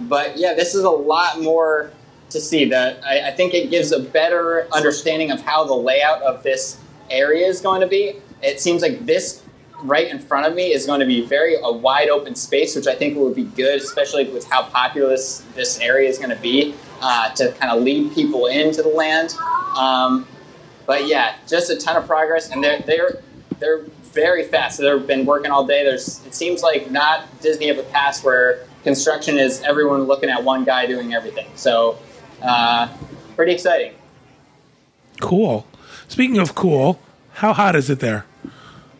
S7: but yeah, this is a lot more to see. That I, I think it gives a better understanding of how the layout of this area is going to be. It seems like this right in front of me is going to be very a wide open space, which I think would be good, especially with how popular this, this area is going to be, uh, to kind of lead people into the land. Um, but yeah, just a ton of progress, and they're they're they're very fast. They've been working all day. There's it seems like not Disney of the past where construction is everyone looking at one guy doing everything. So uh, pretty exciting.
S1: Cool. Speaking of cool, how hot is it there?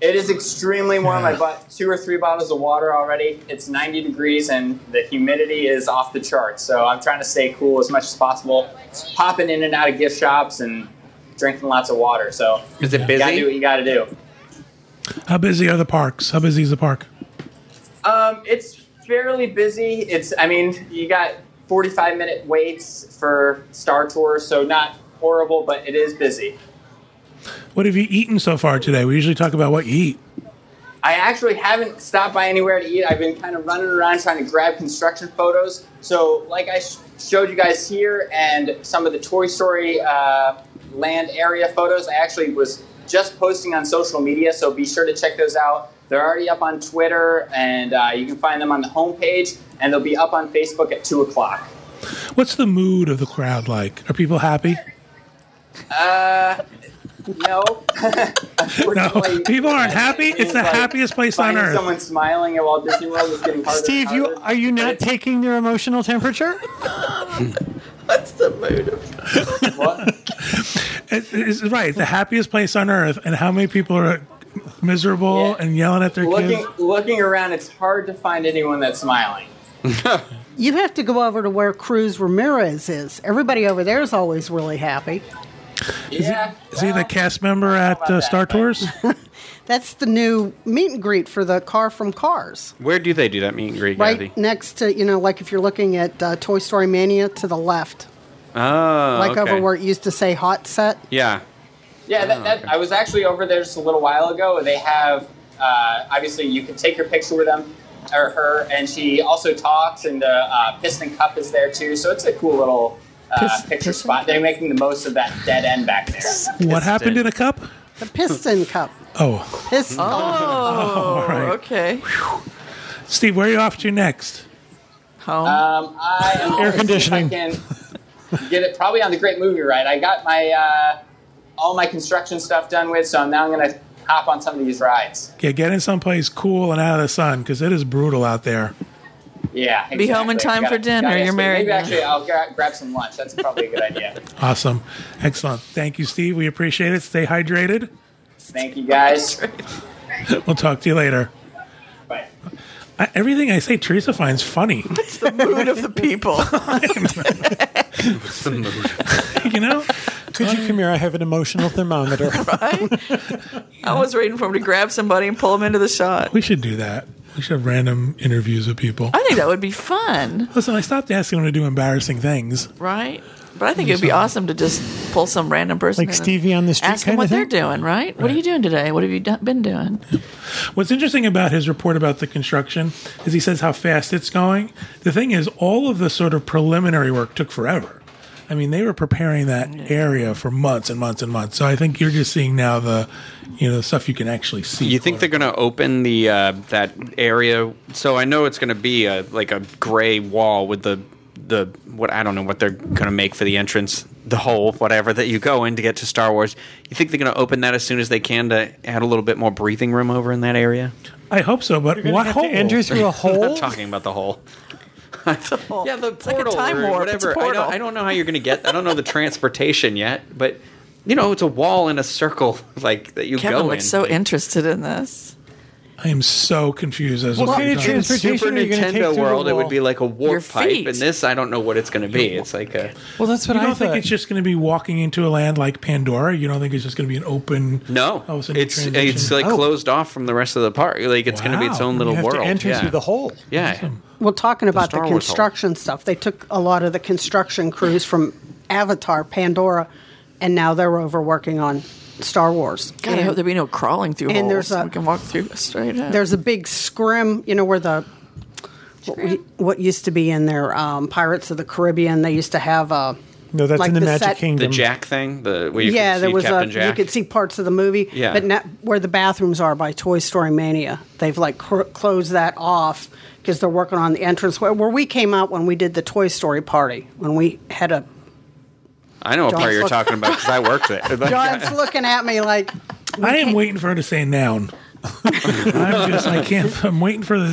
S7: It is extremely warm.
S1: Yeah.
S7: I bought two or three bottles of water already. It's 90 degrees and the humidity is off the charts. So I'm trying to stay cool as much as possible. Popping in and out of gift shops and drinking lots of water. So
S2: Is it
S7: you gotta do
S2: busy?
S7: what you gotta do.
S1: How busy are the parks? How busy is the park?
S7: Um, it's fairly busy. It's I mean you got 45 minute waits for Star Tours, so not horrible, but it is busy.
S1: What have you eaten so far today? We usually talk about what you eat.
S7: I actually haven't stopped by anywhere to eat. I've been kind of running around trying to grab construction photos. So, like I sh- showed you guys here and some of the Toy Story uh, land area photos, I actually was just posting on social media. So, be sure to check those out. They're already up on Twitter, and uh, you can find them on the homepage, and they'll be up on Facebook at 2 o'clock.
S1: What's the mood of the crowd like? Are people happy?
S7: No.
S1: No,
S7: Unfortunately,
S1: people aren't happy.
S7: it
S1: It's
S7: is
S1: the
S7: like
S1: happiest place on
S7: finding
S1: earth.
S7: Someone smiling at Walt Disney World is getting harder.
S3: Steve,
S7: and
S3: you
S7: harder.
S3: are you not taking their emotional temperature?
S5: That's the mood of
S7: What?
S1: It- it's right, the happiest place on earth. And how many people are miserable
S7: Yeah.
S1: and yelling at their
S7: looking
S1: kids?
S7: looking around, it's hard to find anyone that's smiling.
S4: You'd have to go over to where Cruz Ramirez is. Everybody over there is always really happy.
S7: Yeah.
S1: Is he the
S7: well,
S1: cast member at
S7: about
S1: uh,
S7: that,
S1: Star
S7: but-
S1: Tours?
S4: That's the new meet and greet for the car from Cars.
S2: Where do they do that meet and greet,
S4: Right
S2: Kathy?
S4: next to, you know, like if you're looking at uh, Toy Story Mania to the left,
S2: Oh,
S4: like
S2: okay.
S4: over where it used to say hot set.
S2: Yeah.
S7: Yeah, that,
S1: Oh,
S7: that, I was actually over there just a little while ago. They have uh, obviously you can take your picture with them or her, and she also talks, and the uh, piston cup is there too. So it's a cool little uh,
S5: Pis-
S7: picture
S5: Piston
S7: spot. They're making the most of that dead end back there.
S1: what happened in a cup?
S4: The piston cup.
S1: Oh,
S4: Piston.
S5: Oh,
S1: right.
S5: okay.
S1: Steve, where are you off to next?
S5: Home.
S7: Um, I am
S3: Air
S7: gonna see if
S3: conditioning.
S7: I can get it probably on the Great Movie Ride. I got my uh, all my construction stuff done with, so I'm now going to hop on some of these rides.
S1: Yeah, get in someplace cool and out of the sun because it is brutal out there.
S7: Yeah,
S5: Be home in
S7: exactly.
S5: time for dinner. You're
S7: actually-
S5: married
S7: Maybe
S5: now.
S7: actually I'll gra- grab some lunch. That's probably a good idea.
S1: Awesome. Excellent. Thank you, Steve. We appreciate it. Stay hydrated.
S7: Thank you guys.
S1: We'll talk to you later.
S7: Bye.
S1: I, everything I say, Teresa finds funny.
S5: the mood of the people.
S2: What's the mood?
S1: you know?
S3: Could you come here? I have an emotional thermometer.
S5: I, I was waiting for him to grab somebody and pull him into the shot.
S1: We should do that. We should have random interviews with people.
S5: I think that would be fun,
S1: Listen, I stopped asking them to do embarrassing things.
S5: right? But I think it'd be awesome to just pull some random person,
S3: Like
S5: in and
S3: Stevie on the street
S5: ask them
S3: kinda
S5: what they're
S3: thing?
S5: doing. Right? What are you doing today? What have you do- been doing?
S1: What's interesting about his report about the construction is he says how fast it's going. The thing is, all of the sort of preliminary work took forever. I mean, they were preparing that area for months and months and months. So I think you're just seeing now the, you know, the stuff you can actually see.
S2: You think they're going to open the uh, that area? So I know it's going to be a like a gray wall with the the what I don't know what they're going to make for the entrance, the hole, whatever that you go in to get to Star Wars. You think they're going to open that as soon as they can to add a little bit more breathing room over in that area?
S1: I hope so, but
S3: You're gonna
S1: what
S3: have to
S1: hole?
S3: Enter through a hole.
S2: Talking about the hole. Yeah, the
S5: like a
S2: portal
S5: time
S2: or
S5: warp. It's a
S2: whatever. I,
S5: portal.
S2: don't, I don't know how you're going to get. I don't know the transportation yet, but you know it's a wall in a circle like that you
S5: Kevin
S2: go
S5: looks
S2: in.
S5: so interested in this.
S1: I am so confused as
S3: What
S1: well.
S3: kind of
S2: in
S3: trans-
S2: Super
S3: Transportation are you gonna take through
S2: Nintendo
S3: the
S2: World, it
S3: wall?
S2: would be like a
S5: Your
S2: warp
S5: feet.
S2: pipe, and this I don't know what it's going to be. It's like a
S3: Well, that's what
S1: you
S3: I
S1: don't
S3: thought.
S1: think it's just going to be walking into a land like Pandora? You don't think it's just going to be an open?
S2: no,
S3: Oh,
S1: all of a sudden
S2: it's
S1: transition?
S2: it's like closed off from the rest of the park. Like it's going to be its
S1: Wow.
S2: own
S1: You
S2: little
S3: you have
S2: world.
S3: to enter
S2: yeah.
S3: through the hole.
S2: yeah.
S4: Well, talking about the,
S2: Star Wars hole.
S4: construction stuff, they took a lot of the construction crews from Avatar, Pandora, and now they're over working on Star Wars.
S5: God, I hope there be no crawling through
S4: And
S5: holes.
S4: there's a-
S5: we can walk through straight up.
S4: There's a big scrim, you know, where the what, we, what used to be in there, um, Pirates of the Caribbean. They used to have a
S3: No, that's
S4: like
S3: in the,
S4: the
S3: Magic
S4: set-
S2: The
S3: Kingdom.
S2: Jack thing, the where you
S4: yeah,
S2: could
S4: there
S2: see
S4: was
S2: Captain
S4: a
S2: Jack.
S4: you could see parts of the movie,
S2: Yeah.
S4: but not where the bathrooms are by Toy Story Mania. They've like cr- closed that off because they're working on the entrance where, where we came out when we did the Toy Story party when we had a
S2: I know what part
S4: John's
S2: you're
S4: look-
S2: talking about because I worked there.
S4: John's looking at me like
S1: I am waiting for her to say noun. I'm just I can't. I'm waiting for the.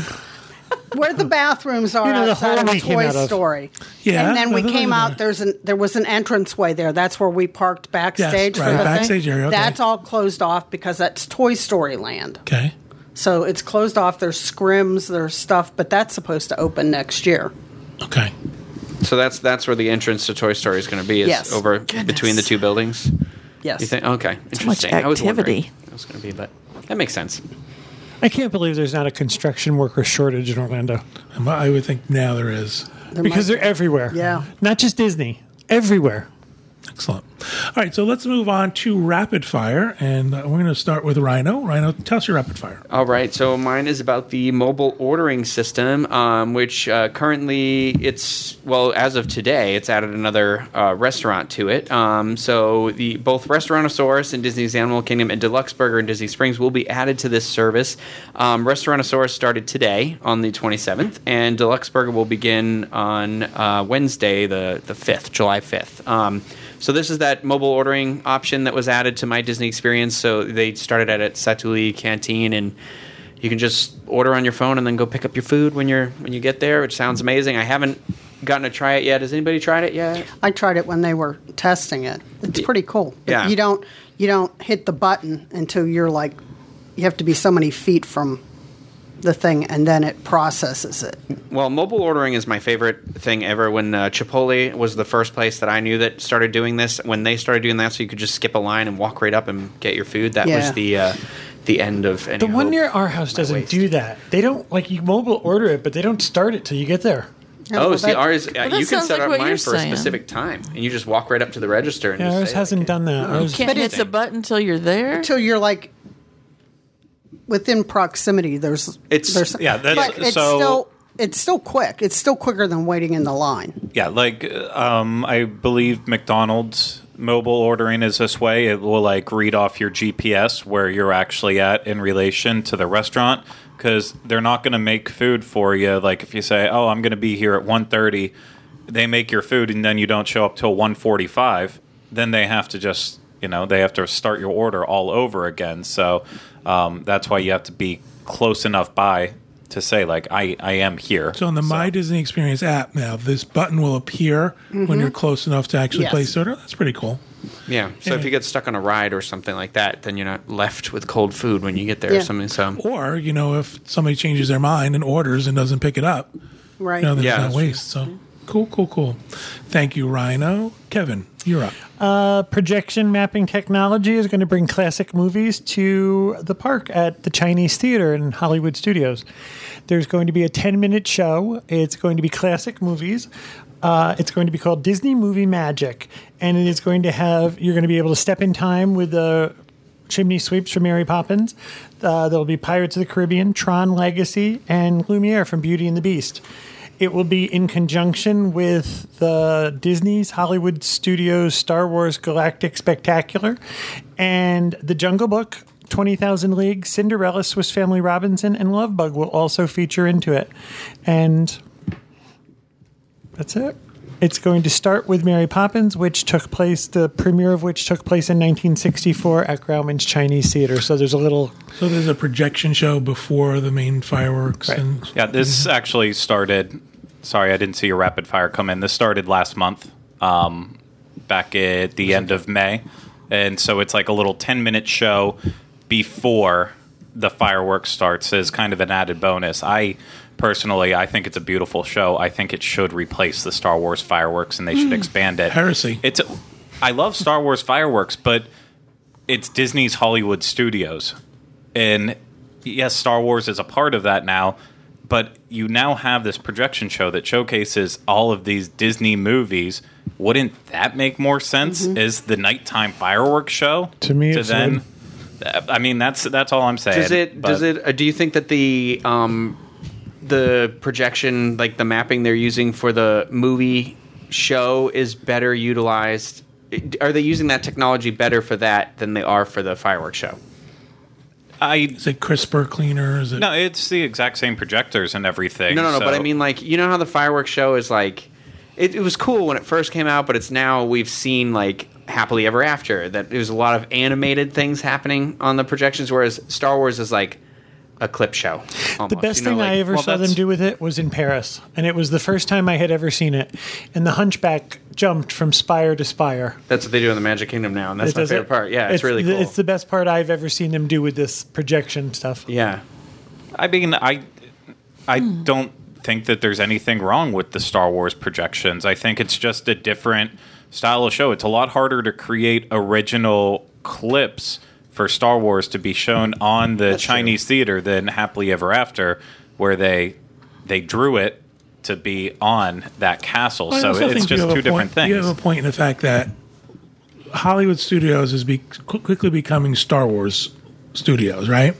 S4: where the bathrooms are
S3: You know, the
S4: outside
S3: hole
S4: of
S3: we came
S4: Toy
S3: out of.
S4: Story.
S1: Yeah,
S4: and then
S1: no,
S4: we
S1: those
S4: came
S1: are
S4: out.
S1: there.
S4: There's an there was an entranceway there. That's where we parked backstage.
S1: right,
S4: for the
S1: backstage
S4: thing.
S1: area, okay.
S4: That's all closed off because that's Toy Story Land.
S1: Okay.
S4: So it's closed off. There's scrims. There's stuff, but that's supposed to open next year.
S1: Okay.
S2: so that's that's where the entrance to Toy Story is going to be. Is
S4: Yes.
S2: over
S5: Goodness.
S2: between the two buildings.
S4: Yes.
S2: You think? Okay,
S5: much
S2: interesting. I was wondering
S5: activity.
S2: what it was going to be, but that makes sense.
S3: I can't believe there's not a construction worker shortage in Orlando
S1: Um, I would think now there is.
S3: because they're everywhere.
S4: Yeah.
S3: Not just Disney, everywhere.
S1: Excellent. All right, so let's move on to rapid fire, and uh, we're going to start with Rhino. Rhino, tell us your rapid fire.
S2: All right, so mine is about the mobile ordering system, um, which uh, currently it's well as of today, it's added another uh, restaurant to it. Um, so the both Restaurantosaurus and Disney's Animal Kingdom and Deluxe Burger in Disney Springs will be added to this service. Um, Restaurantosaurus started today on the 27th, and Deluxe Burger will begin on uh, Wednesday, the the 5th, July 5th. Um, so this is that mobile ordering option that was added to my Disney experience. So they started it at Satuli Canteen, and you can just order on your phone and then go pick up your food when you're when you get there, which sounds amazing. I haven't gotten to try it yet. Has anybody tried it yet?
S4: I tried it when they were testing it. It's pretty cool. But
S2: Yeah.
S4: You don't you don't hit the button until you're like you have to be so many feet from the thing and then it processes it.
S2: Well, mobile ordering is my favorite thing ever. When uh, Chipotle was the first place that I knew that started doing this, when they started doing that, so you could just skip a line and walk right up and get your food. That
S4: Yeah.
S2: was the uh, the end of any
S3: The one
S2: hope.
S3: near our house doesn't
S2: waist.
S3: do that. They don't like you mobile order it, but they don't start it till you get there.
S2: Oh,
S4: Well,
S2: see,
S4: that-
S2: ours uh,
S5: that
S2: you can
S5: sounds
S2: set
S5: like
S2: up
S5: what
S2: mine
S5: you're
S2: for a
S5: saying.
S2: specific time, and you just walk right up to the register and
S3: Yeah,
S2: just
S3: ours
S2: say,
S3: hasn't
S2: like, Oh.
S3: done that. Ours-
S5: Can't
S4: But
S5: hit
S4: it's-
S5: the button until you're there.
S4: Till you're like within proximity. There's
S2: It's-
S4: there's,
S6: yeah, that's-
S4: but it's
S6: so-
S4: still it's still quick. It's still quicker than waiting in the line.
S6: Yeah, like um, I believe McDonald's mobile ordering is this way. It will like read off your GPS where you're actually at in relation to the restaurant because they're not going to make food for you. Like if you say, "Oh, I'm going to be here at 1.30, they make your food and then you don't show up till 1:45. Then they have to just you know they have to start your order all over again. So um, that's why you have to be close enough by to say like I I am here.
S1: So on the My Disney Experience app now, this button will appear when you're close enough to actually
S4: Yes.
S1: place order. That's pretty cool.
S2: Yeah. So if you get stuck on a ride or something like that, then you're not left with cold food when you get there
S4: Yeah.
S2: or something. So
S1: Or you know, if somebody changes their mind and orders and doesn't pick it up,
S4: Right.
S1: you know, there's
S2: Yeah,
S1: not
S2: that's
S1: waste. So cool, cool, cool. Thank you, Rhino. Kevin, you're up.
S3: Uh, projection mapping technology is going to bring classic movies to the park at the Chinese Theater in Hollywood Studios. There's going to be a 10 minute show. It's going to be classic movies. Uh, it's going to be called Disney Movie Magic. And it is going to have, you're going to be able to step in time with the chimney sweeps from Mary Poppins. Uh, there'll be Pirates of the Caribbean, Tron Legacy, and Lumiere from Beauty and the Beast. It will be in conjunction with the Disney's Hollywood Studios Star Wars Galactic Spectacular and The Jungle Book, 20,000 Leagues, Cinderella, Swiss Family Robinson, and Love Bug will also feature into it. And that's it. It's going to start with Mary Poppins, which took place, the premiere of which took place in 1964 at Grauman's Chinese Theater. So there's a little.
S1: So there's a projection show before the main fireworks, and
S6: Yeah, this actually started. Sorry, I didn't see your rapid fire come in. This started last month, um, back at the end of May, and so it's like a little ten minute show before the fireworks starts as kind of an added bonus. I personally, I think it's a beautiful show. I think it should replace the Star Wars fireworks, and they should expand it.
S1: Heresy.
S6: It's. I love Star Wars fireworks, but it's Disney's Hollywood Studios. And yes, Star Wars is a part of that now, but you now have this projection show that showcases all of these Disney movies. Wouldn't that make more sense
S2: Mm-hmm.
S6: as the nighttime fireworks show?
S3: To me,
S6: to
S3: it's
S6: then, I mean that's that's all I'm saying.
S2: does it?
S6: but-
S2: Does it? Uh, do you think that the um, the projection, like the mapping they're using for the movie show, is better utilized? Are they using that technology better for that than they are for the fireworks show?
S6: I
S1: is it crisper, cleaner? Is it?
S6: no, it's the exact same projectors and everything.
S2: No, no, no.
S6: so-
S2: But I mean, like, you know how the fireworks show is like, it, it was cool when it first came out, but it's now we've seen like happily ever after that there's a lot of animated things happening on the projections, whereas Star Wars is like a clip show. Almost.
S3: The best
S2: you know,
S3: thing
S2: like-
S3: I ever
S6: well,
S3: saw them
S6: that's-
S3: do with it was in Paris, and it was the first time I had ever seen it. And the Hunchback jumped from spire to spire.
S2: That's what they do in the Magic Kingdom now, and that's
S3: It
S2: my
S3: does it.
S2: favorite part. Yeah, it's, really
S3: the-
S2: cool.
S3: It's the best part I've ever seen them do with this projection stuff.
S2: yeah.
S6: I mean, I I
S1: Hmm.
S6: don't think that there's anything wrong with the Star Wars projections. I think it's just a different style of show. It's a lot harder to create original clips for Star Wars to be shown on the Chinese theater than Happily Ever After, where they they drew it to be on that castle.
S1: I also
S6: so it's
S1: think you
S6: just
S1: have a
S6: two different
S1: point- You
S6: things.
S1: have a point in the fact that Hollywood Studios is be, qu- quickly becoming Star Wars studios, right?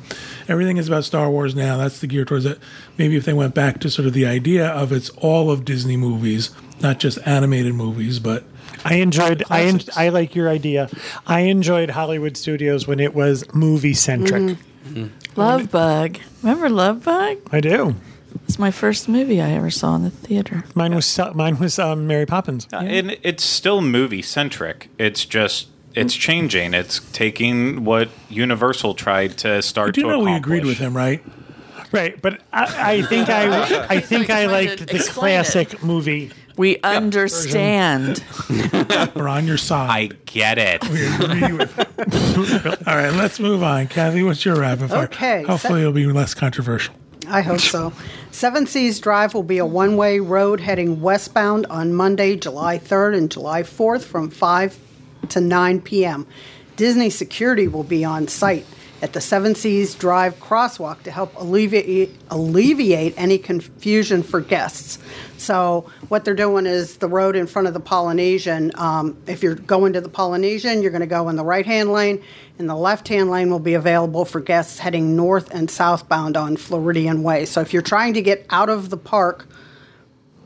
S1: Everything is about Star Wars now. That's the gear towards it. Maybe if they went back to sort of the idea of it's all of Disney movies, not just animated movies, but
S3: I enjoyed. I en-
S1: classics.
S3: I like your idea. I enjoyed Hollywood Studios when it was movie centric.
S5: Love Bug. Remember Love Bug?
S3: I do.
S5: It's my first movie I ever saw in the theater.
S3: Mine was was mine was um, Mary Poppins.
S6: Uh, And it's still movie centric. It's just it's changing. It's taking what Universal tried to start.
S1: I do
S6: to
S1: know we
S6: accomplish.
S1: agreed with him, right?
S3: Right, but I, I think I I think I
S5: Explain
S3: liked
S5: it.
S3: the
S5: Explain it.
S3: classic movie.
S5: We understand.
S1: We're on your
S6: I
S1: side.
S6: get it.
S1: agree with him. all right, let's move on. Kathy, what's your rapid fire?
S4: Okay,
S1: Hopefully, it'll be less controversial.
S4: I hope so. Seven Seas Drive will be a one way road heading westbound on Monday, July 3rd and July 4th from 5 to 9 p.m. Disney security will be on site at the Seven Seas Drive crosswalk to help alleviate, alleviate any confusion for guests. So, what they're doing is the road in front of the Polynesian. Um, if you're going to the Polynesian, you're going to go in the right hand lane, and the left hand lane will be available for guests heading north and southbound on Floridian Way. So, if you're trying to get out of the park,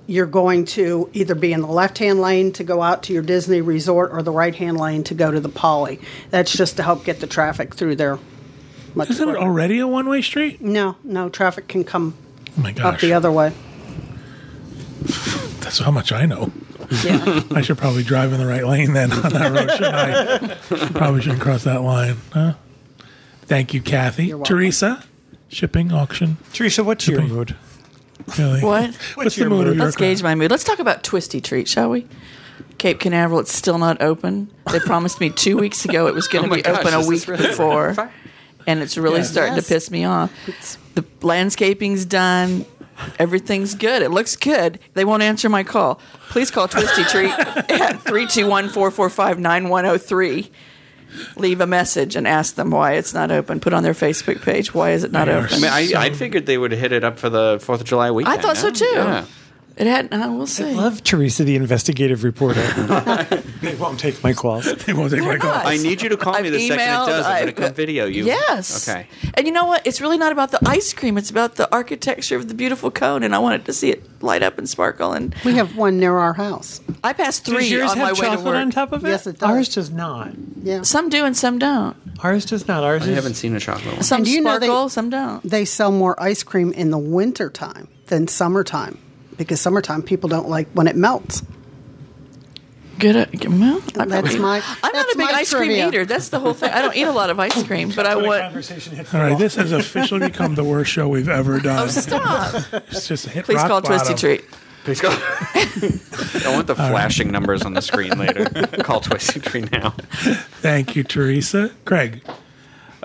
S4: you're going to either be in the left hand lane to go out to your Disney resort or the right hand lane to go to the Poly. That's just to help get the traffic through there. Much
S1: Isn't it
S4: quicker.
S1: already a one way street?
S4: No, no, traffic can come
S1: Oh my
S4: up
S1: gosh.
S4: the other way.
S1: That's how much I know.
S4: Yeah.
S1: I should probably drive in the right lane then on that road, shouldn't I? probably shouldn't cross that line. Huh? Thank you, Kathy.
S4: welcome.
S1: Teresa, shipping auction.
S3: Teresa, what's your
S1: Shipping.
S3: mood?
S1: Really?
S5: What?
S1: What's
S3: your
S1: the mood?
S3: mood?
S1: of your
S5: Let's gauge
S1: crowd?
S5: my mood. Let's talk about Twisty Treat, shall we? Cape Canaveral, it's still not open. They promised me two weeks ago it was going
S2: Oh
S5: to
S2: my
S5: be
S2: gosh,
S5: open a
S2: this
S5: week
S2: is really
S5: before, and it's really starting
S4: Yes.
S5: to piss me off. the landscaping's done. Everything's good. It looks good. They won't answer my call. Please call Twisty Treat at 321 445 9103. Leave a message and ask them why it's not open. Put on their Facebook page, why is it not
S1: They are
S5: open?
S2: I mean, I,
S1: So-
S2: I figured they would hit it up for the Fourth of July weekend.
S5: I thought so
S2: no?
S5: too.
S2: Yeah.
S5: It had, uh, we'll see.
S3: Love Teresa, the investigative reporter. they won't take my calls.
S1: They won't take my
S5: They're
S1: call.
S5: not.
S2: I need you to call me
S5: I've
S2: the second
S5: emailed,
S2: it does. I'm going
S5: I've-
S2: to come video you.
S5: Yes.
S2: Okay.
S5: And you know what? It's really not about the ice cream. It's about the architecture of the beautiful cone, and I wanted to see it light up and sparkle. And
S4: we have one near our house.
S5: I passed three
S3: Does yours
S5: on my
S3: have
S5: way to
S3: chocolate
S5: work.
S3: on top of it?
S4: Yes, it does.
S3: Ours does not.
S4: Yeah.
S5: Some do and some don't.
S3: Ours does not. Ours
S2: I
S3: is.
S2: haven't seen a chocolate one.
S5: Some
S4: And do you know they-
S5: sparkle, some don't.
S4: They sell more ice cream in the wintertime than summertime because summertime people don't like when it melts.
S5: Good. Well, I'm
S4: That's my.
S5: I'm not
S4: that's
S5: a big
S4: my
S5: ice
S4: trivia.
S5: cream eater. That's the whole thing. I don't eat a lot of ice cream, but I would.
S3: Conversation hit
S1: All right,
S3: wall.
S1: this has officially become the worst show we've ever done.
S5: oh, Stop.
S1: It's just hit
S5: Please
S1: rock
S5: call Twisty
S1: bottom.
S5: Treat.
S2: Please call. I want the flashing numbers on the screen later. call Twisty Tree now.
S1: Thank you, Teresa. Craig,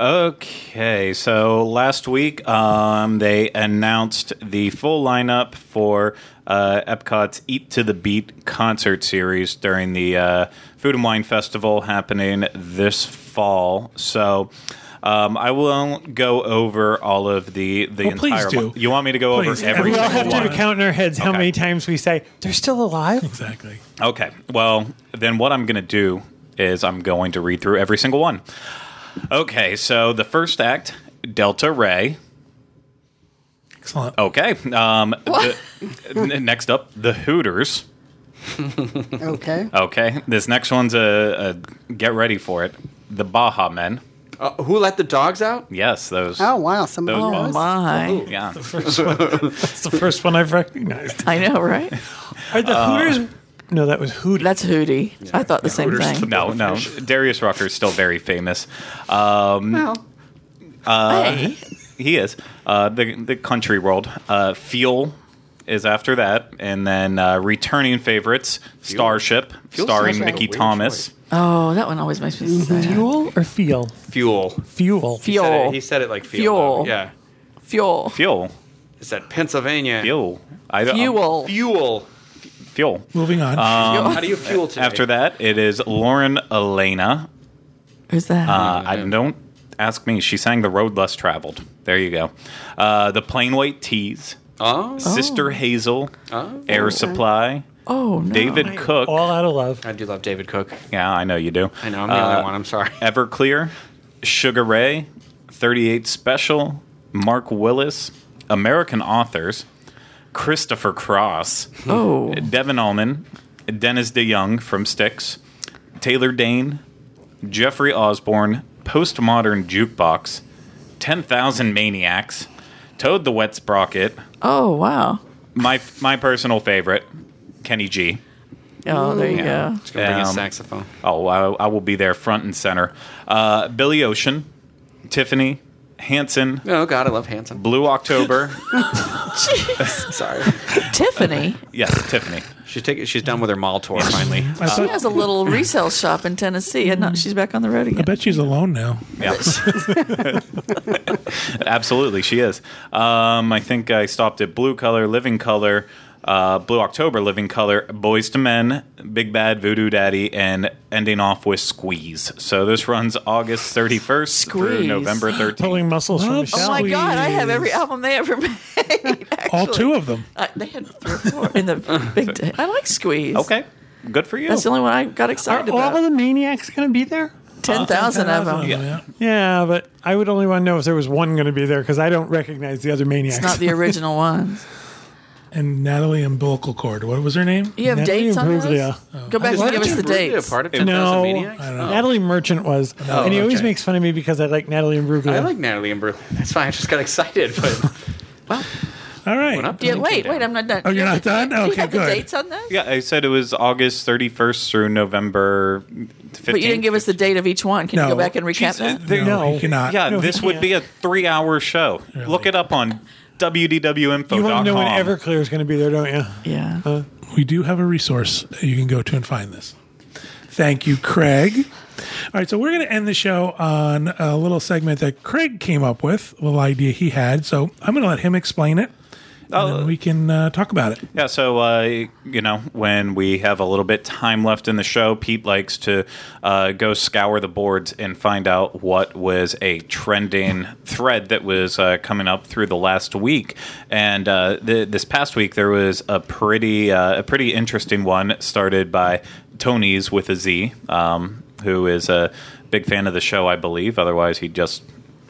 S6: Okay, so last week um, they announced the full lineup for uh, Epcot's Eat to the Beat concert series during the uh, Food and Wine Festival happening this fall. So um, I won't go over all of the the
S1: Well, please do.
S6: entire. You want me to go
S1: Please,
S6: over
S1: we
S6: every
S3: We all
S6: single
S3: have
S6: one?
S3: to count in our heads how
S6: Okay.
S3: many times we say they're still alive.
S1: exactly.
S6: Okay. Well, then what I'm going to do is I'm going to read through every single one. Okay, so the first act, Delta Ray.
S1: Excellent.
S6: Okay. Um, the, n- next up, the Hooters.
S4: Okay.
S6: Okay. This next one's a, a get ready for it. The Baja Men.
S2: Uh, who let the dogs out?
S6: Yes, those.
S4: Oh wow! Some
S6: Those
S5: Oh
S6: ones.
S5: my!
S6: Yeah.
S3: That's the first one I've recognized.
S5: I know, right?
S3: Are the Hooters? No, that was Hooters.
S5: That's Hootie. I thought the same
S2: Hooters.
S5: thing.
S6: No, no. Darius Rucker is still very famous. Um,
S2: uh,
S5: hey,
S6: He is. Uh, the the country world. Uh, Fuel is after that, and then uh, returning favorites Starship,
S2: Fuel
S6: starring
S2: sounds like a
S6: Mickey
S2: weird
S6: Thomas.
S2: choice.
S5: oh, that one always makes me sad.
S3: Fuel or feel?
S2: Fuel.
S3: Fuel.
S2: He said
S5: Fuel.
S2: it, he said it like fuel.
S5: Fuel.
S2: though. Yeah.
S5: Fuel.
S6: Fuel,
S2: It's that Pennsylvania.
S6: fuel. I don't
S5: Fuel.
S2: Fuel.
S6: fuel.
S1: Moving on.
S2: How do you fuel today?
S6: After that, it is Lauren Elena.
S5: Who's that?
S6: Uh, I don't ask me. She sang "The Road Less Traveled." There you go. Uh, the Plain White Tees,
S2: Oh.
S6: Sister Hazel,
S2: Oh.
S6: Air Supply,
S5: oh no.
S6: David Cook.
S3: All out of love.
S2: I do love David Cook.
S6: yeah, I know you do. Uh,
S2: I know. I'm the only one. I'm sorry.
S6: Everclear, Sugar Ray, 38 Special, Mark Willis, American Authors, Christopher Cross,
S5: Oh.
S6: Devin Allman, Dennis DeYoung from Styx, Taylor Dane, Jeffrey Osborne, Postmodern Jukebox, 10,000 Maniacs, Toad the Wet Sprocket,
S5: Oh wow.
S6: my, my personal favorite, Kenny G.
S5: Oh, there you
S6: Yeah.
S5: go.
S2: It's gonna bring a
S6: Um,
S2: saxophone.
S6: Oh, I, I will be there front and center. Uh, Billy Ocean, Tiffany, Hanson,
S2: Oh God, I love Hanson.
S6: Blue October.
S2: Sorry,
S5: Tiffany.
S6: yes, Tiffany.
S2: she's taking. She's done with her mall tour finally.
S1: I,
S5: She
S1: thought,
S5: has a little resale shop in Tennessee, and now she's back on the road
S1: I
S5: again.
S1: bet she's alone now.
S6: Yeah. Absolutely, she is. Um, I think I stopped at Blue Color, Living Color, uh, Blue October, Living Color, Boys to Men, Big Bad Voodoo Daddy, and ending off with Squeeze. So this runs August 31st through
S5: Squeeze.
S6: November 13th.
S3: Pulling muscles from
S1: Oh,
S5: Oh
S3: Michelle.
S5: my
S1: Squeeze.
S5: God, I have every album they ever made. Actually.
S1: All two of them.
S5: Uh, they had three or four in the big day. I like Squeeze.
S6: Okay, good for you.
S5: That's the only one I got excited
S3: All of
S5: about.
S3: the maniacs going to be there?
S5: 10,000 of them.
S1: Yeah.
S3: Yeah, but I would only want to know if there was one going to be there because I don't recognize the other maniacs.
S5: It's not the original ones.
S1: And Natalie umbilical cord. What was her name?
S5: You have
S3: Natalie
S5: dates on those?
S3: Imbruglia.
S1: uh,
S5: Go back and give us the
S2: Really
S5: dates.
S2: A Oh. part of Ten
S3: No,
S2: Thousand Maniacs.
S1: I don't know.
S3: Natalie Merchant was, and he always
S1: okay.
S3: makes fun of me because I like Natalie and Bruglia.
S2: I like Natalie and Bruce. That's why I just got excited. But well,
S1: All
S2: went up
S1: right.
S2: to
S5: Yeah,
S2: Lincoln
S5: wait,
S2: Town.
S5: wait, I'm not done.
S1: Oh, you're
S5: You
S1: not
S5: have the-
S1: done?
S5: do you
S1: Okay,
S5: have the
S1: good.
S5: dates on those?
S6: yeah, I said it was August 31st through November 15th.
S5: But you didn't give us the date of each one. Can you
S1: No.
S5: go back and recap that?
S1: No,
S3: No.
S1: he cannot.
S6: Yeah,
S3: No, he
S6: this would be a three-hour show. Look it up on wdwinfo.com.
S3: you want to know when Everclear is going to be there, don't you?
S5: Yeah.
S1: uh, We do have a resource that you can go to and find this. Thank you, Craig. All right, so we're going to end the show on a little segment that Craig came up with, a little idea he had. So I'm going to let him explain it, and
S5: Oh.
S1: then we can uh, talk about it.
S6: Yeah, so uh, you know, when we have a little bit time left in the show, Pete likes to uh, go scour the boards and find out what was a trending thread that was uh, coming up through the last week. And uh, th- this past week, there was a pretty uh, a pretty interesting one started by Tony's with a Z, um, who is a big fan of the show, I believe. Otherwise, he just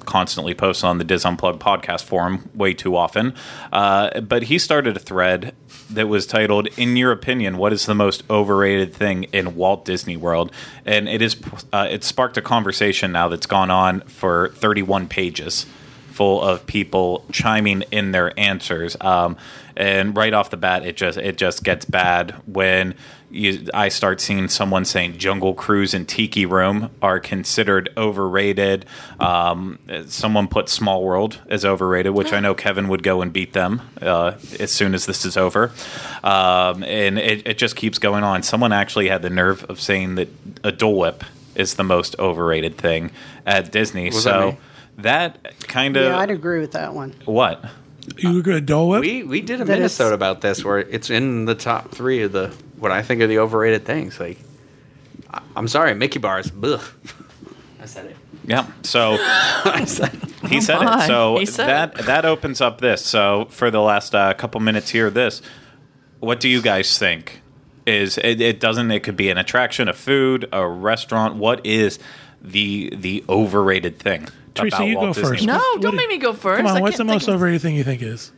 S6: constantly posts on the Diz Unplugged podcast forum way too often. Uh, but he started a thread that was titled, "In Your Opinion, What Is the Most Overrated Thing in Walt Disney World?" And it is uh, it sparked a conversation now that's gone on for 31 pages. Full of people chiming in their answers, um, and right off the bat, it just it just gets bad when you, I start seeing someone saying Jungle Cruise and Tiki Room are considered overrated. Um, someone put Small World as overrated, which I know Kevin would go and beat them uh, as soon as this is over. Um, and it, it just keeps going on. Someone actually had the nerve of saying that a Dole Whip is the most overrated thing at Disney.
S2: Was that
S6: so
S2: me?
S6: that, kind of
S4: Yeah, I'd agree with that one.
S6: what?
S5: Uh,
S1: You agree with Dole Whip?
S2: We we did a
S4: That
S2: Minnesota
S4: it's-
S2: about this where it's in the top three of the what I think are the overrated things. Like, I, I'm sorry, Mickey bars. Bleh. I said it.
S6: Yeah. So.
S2: I said it.
S6: He said
S5: my.
S6: it. So
S5: He said
S6: that that opens up this. So for the last uh, couple minutes here, this. What do you guys think? Is it, it doesn't? It could be an attraction, a food, a restaurant. What is the the overrated thing?
S1: Teresa,
S6: about
S1: you
S6: Walt
S1: go
S6: Disney
S1: first.
S6: World?
S5: No,
S1: What- what
S5: don't
S1: do-
S5: make me go first.
S1: Come
S5: I
S1: on, what's the
S5: can't
S1: most
S5: think of-
S1: overrated thing you think is?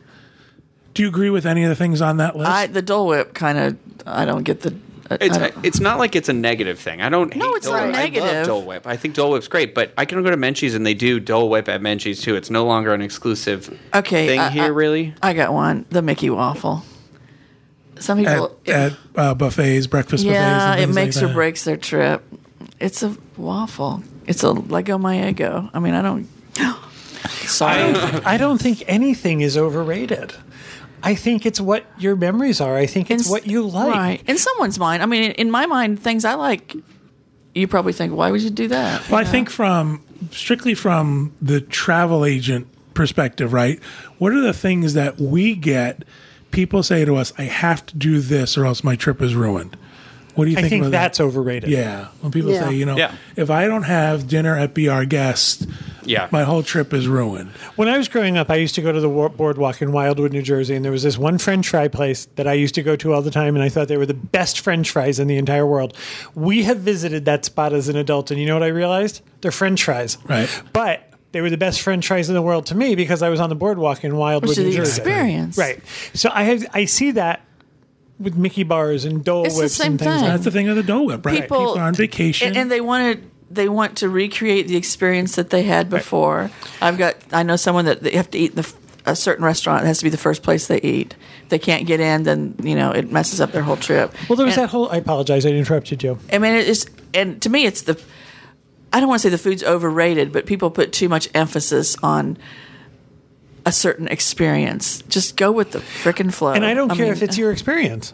S1: Do you agree with any of the things on that list?
S5: I, the Dole Whip kind of, I don't get the. I- I
S2: It's,
S5: don't-
S2: it's not like it's a negative thing. I don't.
S5: No,
S2: hate
S5: it's
S2: Dole
S5: not
S2: Whip. I
S5: negative.
S2: love Dole Whip. I think Dole Whip's great, but I can go to Menchie's and they do Dole Whip at Menchie's too. It's no longer an exclusive
S5: Okay, uh,
S2: thing
S5: I-
S2: here,
S5: I-
S2: really.
S5: I got one. The Mickey waffle. Some
S1: at
S5: people. it-
S1: at uh, buffets, breakfast buffets.
S5: yeah,
S1: and
S5: it
S1: things
S5: makes
S1: like
S5: or
S1: that.
S5: breaks their trip. It's a waffle. It's a Lego my ego. I mean, I don't. Sorry.
S3: I don't think anything is overrated. I think it's what your memories are. I think it's
S5: In-
S3: what you like.
S5: Right. In someone's mind. I mean, in my mind, things I like, you probably think, why would you do that?
S1: Well, I think from strictly from the travel agent perspective, right? What are the things that we get? People say to us, "I have to do this, or else my trip is ruined." What do you
S3: I
S1: think?
S3: think
S1: about
S3: that's
S1: that?
S3: overrated.
S1: Yeah, when people
S4: Yeah.
S1: say, you know,
S6: Yeah.
S1: if I don't have dinner at BR Guest,
S2: Yeah.
S1: my whole trip is ruined.
S3: When I was growing up, I used to go to the wa- boardwalk in Wildwood, New Jersey, and there was this one French fry place that I used to go to all the time, and I thought they were the best French fries in the entire world. We have visited that spot as an adult, and you know what I realized? They're French fries.
S1: Right.
S3: But they were the best French fries in the world to me because I was on the boardwalk in Wildwood,
S5: Which is
S3: New
S5: the
S3: Jersey.
S5: experience.
S3: Right. So I have I see that with Mickey bars and Dole
S5: It's the
S3: Whips
S5: same
S3: and things.
S5: thing.
S3: Like
S1: That's the thing of the Dole Whip, right?
S5: People-
S1: are on vacation.
S5: And, and they want to. They want to recreate the experience that they had before. I've got. I know someone that they have to eat in the, f- a certain restaurant. It has to be the first place they eat. If they can't get in, then you know it messes up their whole trip.
S3: Well, there was
S5: And-
S3: that whole. I apologize. I interrupted you.
S5: I mean, it's and to me, it's the. I don't want to say the food's overrated, but people put too much emphasis on a certain experience. Just go with the frickin' flow.
S3: And Oh, I don't care
S5: mean,
S3: if it's your experience.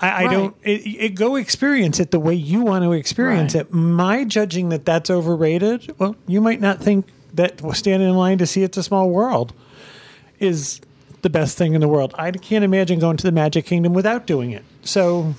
S3: I, I
S5: Right.
S3: don't. It, it, go experience it the way you want to experience
S5: Right.
S3: it. My judging that that's overrated. Well, you might not think that standing in line to see "It's a Small World" is the best thing in the world. I can't imagine going to the Magic Kingdom without doing it. So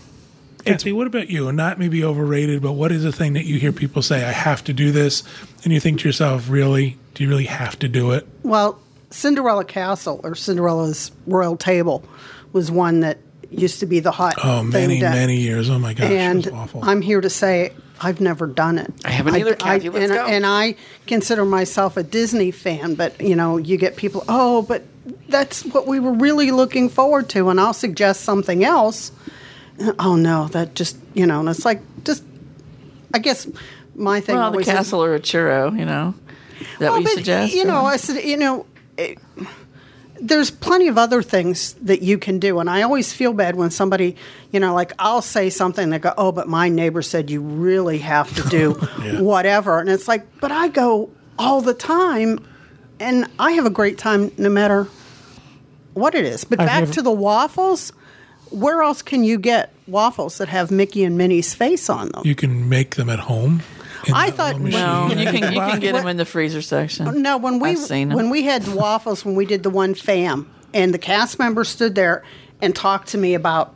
S1: Kathy, what about you? Not maybe overrated, but what is the thing that you hear people say, I have to do this? And you think to yourself, really? Do you really have to do it?
S4: Well, Cinderella Castle or Cinderella's Royal Table was one that used to be the hot.
S1: Oh, many,
S4: thing to-
S1: many years. Oh my gosh.
S4: uh, And
S1: it was awful.
S4: I'm here to say I've never done it. I
S2: haven't either, Kathy. Let's
S4: and,
S2: go.
S4: and I consider myself a Disney fan, but you know, you get people, oh, but that's what we were really looking forward to, and I'll suggest something else. Oh no, that just you know, and it's like just, I guess my thing
S5: well, the
S4: always is-
S5: castle or a churro, you know. Is that
S4: well,
S5: what you
S4: but,
S5: suggest? uh,
S4: You know,
S5: or-
S4: I said, you know, it, there's plenty of other things that you can do. And I always feel bad when somebody, you know, like I'll say something and they go, oh, but my neighbor said you really have to do whatever. And it's like, but I go all the time and I have a great time no matter what it is. But
S3: I've
S4: back
S3: never-
S4: to the waffles, where else can you get waffles that have Mickey and Minnie's face on them?
S1: you can make them at home. in
S4: I
S1: the
S4: thought-
S1: little machine
S5: well,
S1: that
S5: you can you
S1: buy.
S5: can get them in the freezer section.
S4: No, when we
S5: I've seen 'em.
S4: when we had waffles, when we did the one fam, and the cast member stood there and talked to me about,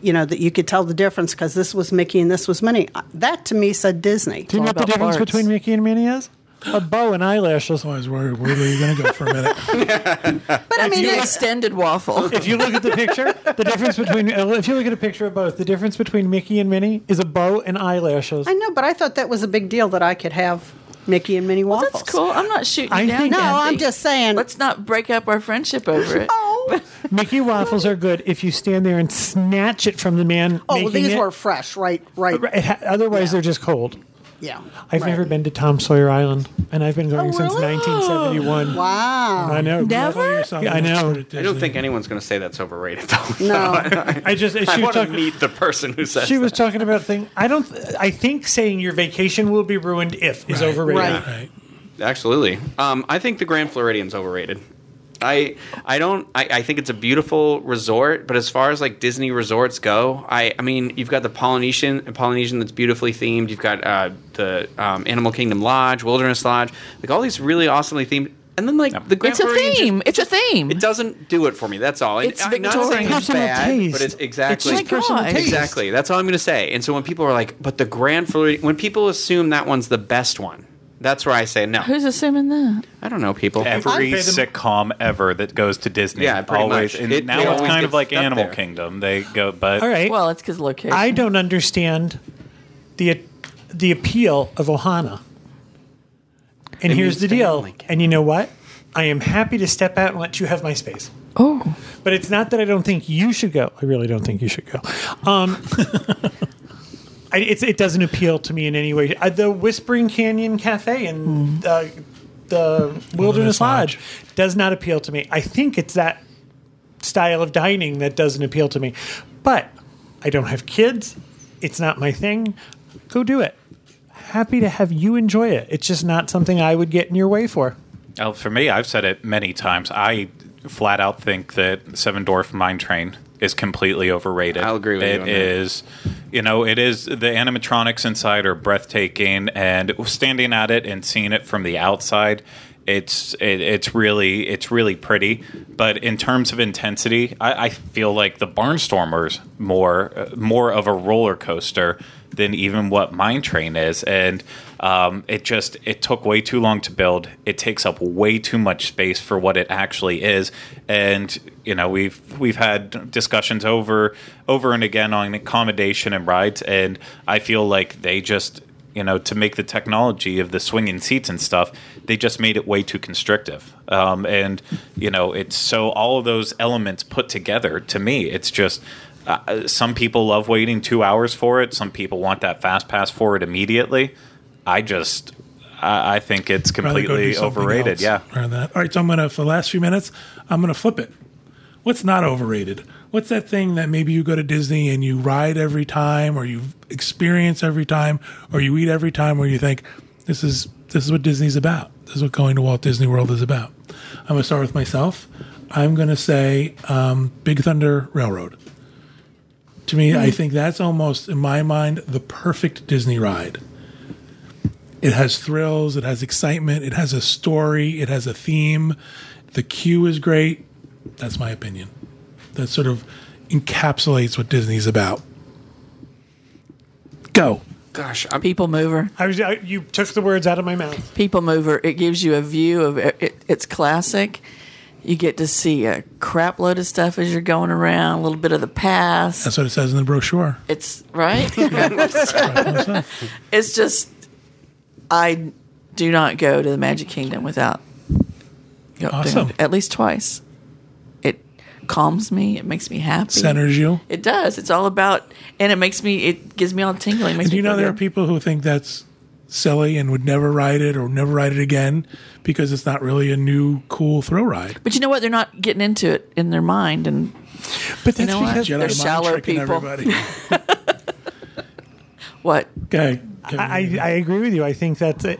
S4: you know, that you could tell the difference because this was Mickey and this was Minnie. Uh, That to me said Disney.
S3: do you
S5: all
S3: know what the
S5: about
S3: difference
S5: parts.
S3: between Mickey and Minnie is? A bow and eyelashes.
S1: I was worried, where were you going to go for a minute?
S4: But I mean,
S5: the
S4: it's,
S5: extended waffle.
S3: If you look at the picture, the difference between if you look at a picture of both, the difference between Mickey and Minnie is a bow and eyelashes.
S4: I know, but I thought that was a big deal that I could have Mickey and Minnie waffles.
S5: That's cool. I'm not shooting you
S3: I
S5: down.
S3: think-
S4: No,
S5: Kathy.
S4: I'm just saying.
S5: Let's not break up our friendship over it.
S4: oh,
S3: Mickey waffles are good if you stand there and snatch it from the man.
S4: oh,
S3: making
S4: these
S3: it.
S4: were fresh, right? Right?
S3: Right, ha- Otherwise, they're just cold.
S4: Yeah.
S3: I've
S4: right.
S3: never been to Tom Sawyer Island, and I've been going
S4: Oh,
S3: since
S4: really?
S3: 1971.
S4: Wow.
S3: I know.
S5: Never?
S1: You're something
S3: Yeah, I know.
S1: that's
S2: I don't think anyone's going to say that's overrated, though.
S4: No.
S3: I just she
S2: I
S3: was
S2: want to
S3: talking.
S2: meet the person who says
S3: She was talking about thing. I don't. I think saying your vacation will be ruined if is
S1: Right.
S3: overrated.
S4: Right.
S1: Right.
S2: Absolutely. Um, I think the Grand Floridian's overrated. I I don't I, I think it's a beautiful resort, but as far as like Disney resorts go, I I mean you've got the Polynesian Polynesian that's beautifully themed. You've got uh, the um, Animal Kingdom Lodge, Wilderness Lodge, like all these really awesomely themed. And then like the Grand
S5: It's a
S2: Floridian just-
S5: theme. It's a theme.
S2: it doesn't do it for me. That's all. And
S5: It's
S2: I'm not saying
S5: Victorian.
S2: it's
S3: Personal
S2: bad,
S3: taste.
S2: but it's exactly
S3: It's just
S5: Oh my
S3: personal
S5: gosh.
S3: taste.
S2: Exactly. That's all I'm going to say. And so when people are like, but the Grand Floridian, when people assume that one's the best one, that's where I say no.
S5: Who's assuming that?
S2: I don't know people.
S6: Every
S3: I'm-
S6: sitcom ever that goes to Disney,
S2: Yeah, pretty
S6: always.
S2: much.
S6: And
S2: It-
S6: now
S2: they
S6: it's
S2: always
S6: kind
S2: get
S6: of like
S2: stuck
S6: Animal
S2: there.
S6: Kingdom. They go, but
S3: All right.
S5: Well, it's because location.
S3: I don't understand the the appeal of Ohana. And here's
S2: means
S3: the deal.
S2: family.
S3: And you know what? I am happy to step out and let you have my space.
S5: oh,
S3: But it's not that I don't think you should go. I really don't think you should go. Um, I, it's, it doesn't appeal to me in any way. Uh, the Whispering Canyon Cafe and uh, the Wilderness,
S1: Hmm. Wilderness
S3: Lodge
S1: Lodge.
S3: does not appeal to me. I think it's that style of dining that doesn't appeal to me. But I don't have kids. It's not my thing. Go do it. Happy to have you enjoy it. It's just not something I would get in your way for.
S6: Oh, for me, I've said it many times. I flat out think that Seven Dwarf Mine Train is completely overrated.
S2: I'll agree with you
S6: It
S2: on that.
S6: is, you know, it is the animatronics inside are breathtaking, and standing at it and seeing it from the outside, it's it, it's really it's really pretty. But in terms of intensity, I, I feel like the Barnstormers more uh, more of a roller coaster than even what Mine Train is, and um, it just it took way too long to build. It takes up way too much space for what it actually is, and you know we've we've had discussions over over and again on accommodation and rides, and I feel like they just you know to make the technology of the swinging seats and stuff they just made it way too constrictive um, and you know it's so all of those elements put together to me it's just uh, some people love waiting two hours for it. Some people want that fast pass for it immediately. I just, I, I think it's
S1: Rather go do
S6: completely
S1: something
S6: overrated.
S1: else
S6: Yeah.
S1: rather than that. All right. So I'm going to, for the last few minutes, I'm going to flip it. What's not overrated? What's that thing that maybe you go to Disney and you ride every time or you experience every time or you eat every time where you think, This is this is what Disney's about. This is what going to Walt Disney World is about. I'm gonna start with myself. I'm gonna say um, Big Thunder Railroad. To me, I think that's almost in my mind the perfect Disney ride. It has thrills, it has excitement, it has a story, it has a theme. The queue is great. That's my opinion. That sort of encapsulates what Disney's about. Go.
S2: Gosh, I'm,
S5: People mover.
S3: I was, I, you took the words out of my mouth.
S5: People mover. It gives you a view of it. it it's classic. You get to see a crap load of stuff as you're going around. A little bit of the past.
S1: That's what it says in the brochure.
S5: It's right. it's just I do not go to the Magic Kingdom without go-
S1: Awesome.
S5: at least twice. It calms me. It makes me happy.
S1: Centers you.
S5: It does. It's all about, and it makes me. It gives me all tingling. It Makes
S1: And you
S5: me
S1: know
S5: feel
S1: there are
S5: good.
S1: people who think that's silly and would never ride it or never ride it again because it's not really a new cool thrill ride.
S5: But you know what? They're not getting into it in their mind, and
S3: But that's
S5: know what?
S3: because
S5: They're
S1: mind
S5: shallow
S1: tricking
S5: people.
S1: Everybody.
S5: what
S1: okay.
S3: I, I agree with you. I think that's it.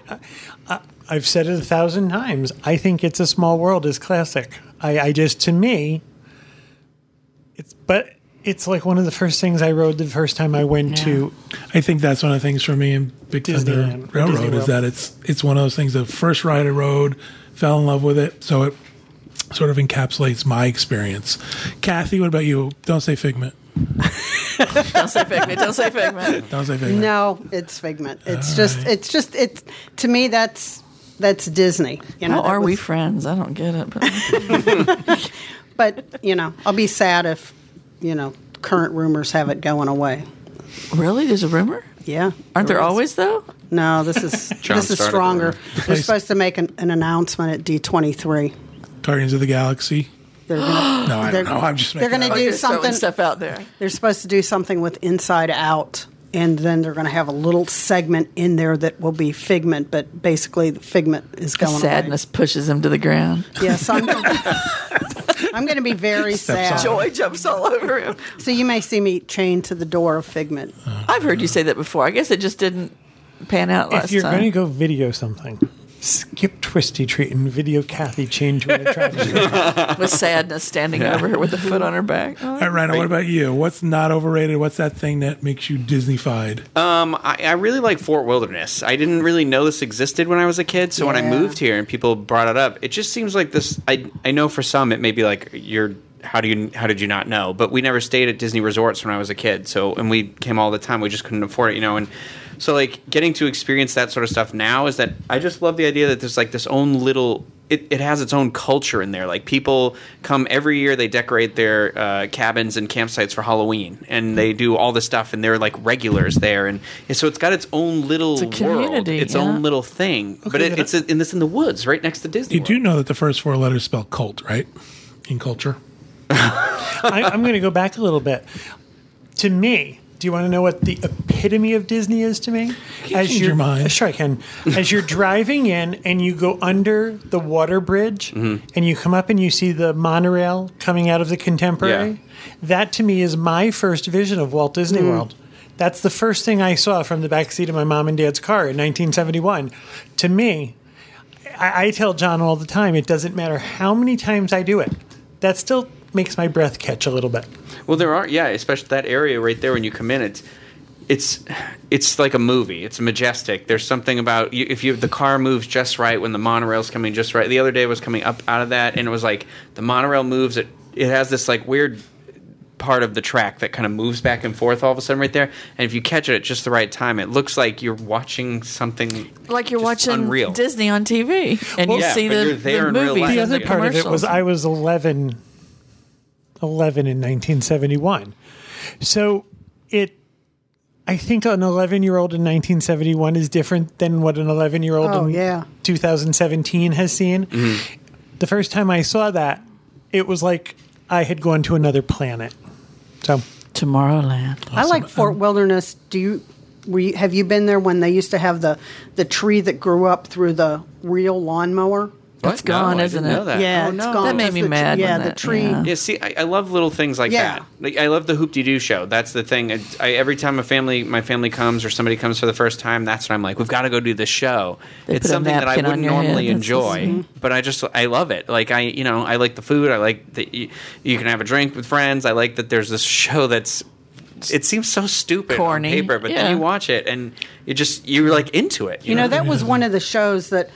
S3: I, I've said it a thousand times. I think "It's a Small World" is classic. I, I just to me, it's but it's like one of the first things I rode the first time I went to.
S1: I think that's one of the things for me in Big Thunder
S3: Disneyland.
S1: Railroad
S3: Disney
S1: is
S3: World.
S1: that it's it's one of those things. The first ride I rode, fell in love with it, so it sort of encapsulates my experience. Kathy, what about you? Don't say Figment.
S5: don't say figment. Don't say figment.
S1: Don't say Figment.
S4: No, it's Figment. It's just, it's just, it's to me that's that's Disney. You know,
S5: How
S4: that
S5: are we
S4: was-
S5: friends? I don't get it. But
S4: But you know, I'll be sad if you know current rumors have it going away.
S5: really, there's a rumor.
S4: Yeah,
S5: Aren't there always though?
S4: No, this is
S2: John
S4: this is
S2: started the
S4: stronger.
S2: rumor.
S4: They're supposed to make an, an announcement at D twenty three.
S1: Guardians of the Galaxy.
S4: They're gonna,
S1: No, I
S4: They're-
S1: don't know. I'm just
S4: they're
S1: making
S4: gonna
S1: that up.
S4: do-
S5: You're throwing
S4: something-
S5: stuff out there.
S4: they're supposed to do something with Inside Out, and then they're going to have a little segment in there that will be Figment, but basically the Figment is going
S5: Sadness pushes him to the ground.
S4: Away. Yes, I'm. I'm going to be very sad.
S5: Joy jumps all over him.
S4: So you may see me chained to the door of Figment.
S5: I've heard you say that before. I guess it just didn't pan out last
S3: If you're
S5: time.
S3: going to go video something, skip Twisty Treat and video Kathy change to an attraction.
S5: with sadness standing over her with a foot on her back.
S1: All right, Rhino, what about you? What's not overrated? What's that thing that makes you Disneyfied?
S2: um, I, I really like Fort Wilderness. I didn't really know this existed when I was a kid, so when I
S4: Yeah.
S2: moved here and people brought it up, it just seems like this. I I know for some it may be like you're. How do you? How did you not know? But we never stayed at Disney resorts when I was a kid, so and we came all the time. We just couldn't afford it, you know. And so, like, getting to experience that sort of stuff now is that I just love the idea that there's like this own little it, it has its own culture in there. Like people come every year, they decorate their uh, cabins and campsites for Halloween, and they do all this stuff, and they're like regulars there, and, and so it's got its own little
S5: It's a community,
S2: world, its
S5: yeah.
S2: own little thing. but it,
S3: then
S2: it's in this in the woods, right next to Disney.
S1: You do
S2: World.
S1: know that the first four letters spell cult, right? In culture.
S3: I, I'm going to go back a little bit. To me, do you want to know what the epitome of Disney is to me?
S1: change your mind.
S3: Sure, I can. As you're driving in and you go under the water bridge and you come up and you see the monorail coming out of the contemporary, that to me is my first vision of Walt Disney World. That's the first thing I saw from the back seat of my mom and dad's car in 1971. To me, I, I tell John all the time, it doesn't matter how many times I do it. That still makes my breath catch a little bit.
S2: Well, there are, yeah, especially that area right there when you come in. It's it's it's like a movie. It's majestic. There's something about you, if you the car moves just right when the monorail's coming just right. The other day I was coming up out of that, and it was like the monorail moves. It it has this like weird part of the track that kind of moves back and forth all of a sudden right there. And if you catch it at just the right time, it looks like you're watching something
S5: Like you're
S2: just
S5: watching
S2: unreal.
S5: Disney on TV, and you
S2: Yeah,
S5: see
S2: but
S5: the,
S2: you're there
S5: the
S2: in real
S5: movies.
S2: life.
S5: and
S2: Yeah,
S3: The other part of it was
S5: commercials.
S3: I was 11, 11 in 1971. So it, I think an 11 year old in 1971 is different than what an 11 year old
S4: Oh,
S3: in
S4: yeah.
S3: 2017 has seen. The first time I saw that, it was like I had gone to another planet. So
S5: Tomorrowland.
S4: I like Fort Wilderness. Do you? Were you, have you been there when they used to have the the tree that grew up through the real lawnmower?
S5: That's
S2: No,
S5: gone,
S2: I
S5: isn't
S2: didn't
S5: it?
S2: know that.
S4: Yeah,
S2: Oh,
S4: it's
S2: no.
S4: gone.
S5: That made
S4: 'cause
S5: me
S4: the,
S5: mad
S4: Yeah,
S5: when
S4: the
S5: that-
S4: tree.
S5: yeah.
S2: Yeah, see, I, I love little things like
S4: Yeah.
S2: that. Like I love the hoop de doo show. That's the thing. I, I, every time a family, my family comes or somebody comes for the first time, that's when I'm like, we've got to go do this show.
S5: They
S2: it's
S5: put a
S2: something that I
S5: napkin on
S2: wouldn't
S5: your head.
S2: normally
S5: That's
S2: enjoy,
S5: disgusting.
S2: but I just I love it. Like I, you know, I like the food. I like that you, you can have a drink with friends. I like that there's this show that's. It seems so stupid
S5: Corny.
S2: on paper, but
S5: Yeah.
S2: then you watch it and you just you're like into it.
S4: You know, that was one of the shows that,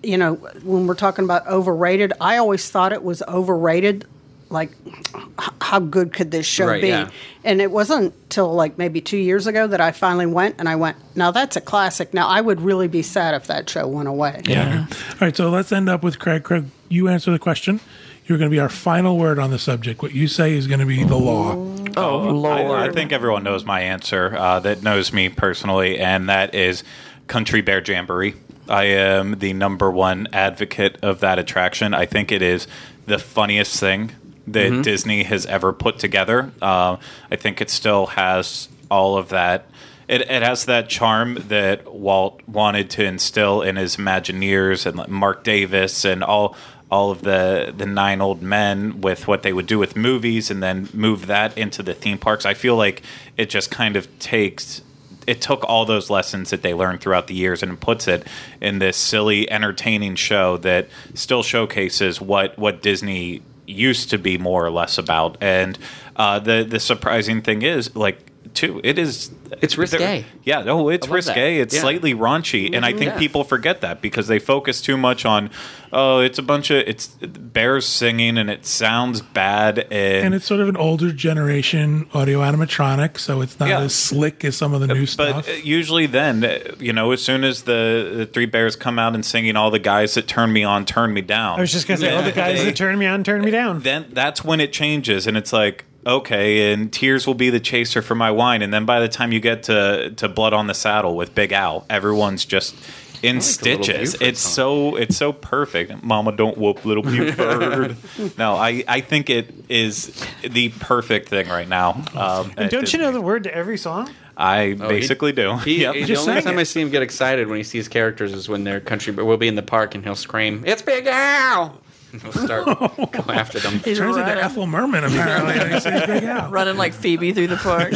S4: you know, when we're talking about overrated, I always thought it was overrated. Like, h- how good could this show
S2: Right,
S4: be?
S2: yeah.
S4: And it wasn't till like maybe two years ago that I finally went and I went, now that's a classic. Now I would really be sad if that show went away.
S1: Yeah. All right, so let's end up with Craig. Craig, you answer the question. You're going to be our final word on the subject. What you say is going to be the law.
S5: Oh, Lord.
S6: I, I think everyone knows my answer uh, that knows me personally, and that is Country Bear Jamboree. I am the number one advocate of that attraction. I think it is the funniest thing that Disney has ever put together. Uh, I think it still has all of that. It, it has that charm that Walt wanted to instill in his Imagineers and like Mark Davis and all all of the the nine old men with what they would do with movies and then move that into the theme parks. I feel like it just kind of takes it took all those lessons that they learned throughout the years and puts it in this silly entertaining show that still showcases what what Disney used to be more or less about. And uh, the the surprising thing is like too it is
S2: It's risque.
S6: yeah, no, it's
S2: I love that.
S6: risque. It's
S2: Yeah. Mm-hmm.
S6: slightly raunchy, and I think
S2: Yeah.
S6: people forget that because they focus too much on, oh, it's a bunch of it's bears singing and it sounds bad and,
S1: And it's sort of an older generation audio animatronic, so it's not
S6: Yeah.
S1: as slick as some of the new
S6: But
S1: stuff.
S6: uh, usually, then uh, you know, as soon as the, the three bears come out and singing, all the guys that turn me on turn me down.
S3: I was just gonna say, all the guys
S6: They-
S3: that turn me on, turn me down.
S6: then that's when it changes and it's like okay and tears will be the chaser for my wine and then by the time you get to to blood on the saddle with big al everyone's just in
S2: Little
S6: stitches
S2: Buford
S6: it's so it's so perfect mama don't whoop little buford no i i think it is the perfect thing right now um
S3: And
S6: at
S3: don't you know
S6: Disney.
S3: the word to every song?
S6: i
S2: Oh, he-
S6: basically do
S2: He,
S6: Yep.
S2: he- the
S1: Just
S2: only
S1: sang
S2: time
S1: it.
S2: I see him get excited when he sees characters is when they're country, but we'll be in the park and he'll scream, "It's Big Al!" And he'll start go after them.
S5: He's
S1: Turns into
S5: running,
S1: Ethel Merman, apparently. when he sings Big Al.
S5: running like Phoebe through the park.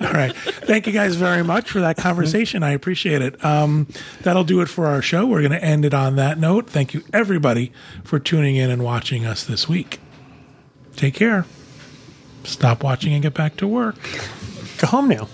S1: All right. Thank you guys very much for that conversation. I appreciate it. Um, that'll do it for our show. We're going to end it on that note. Thank you, everybody, for tuning in and watching us this week. Take care. Stop watching and get back to work.
S3: Go home now.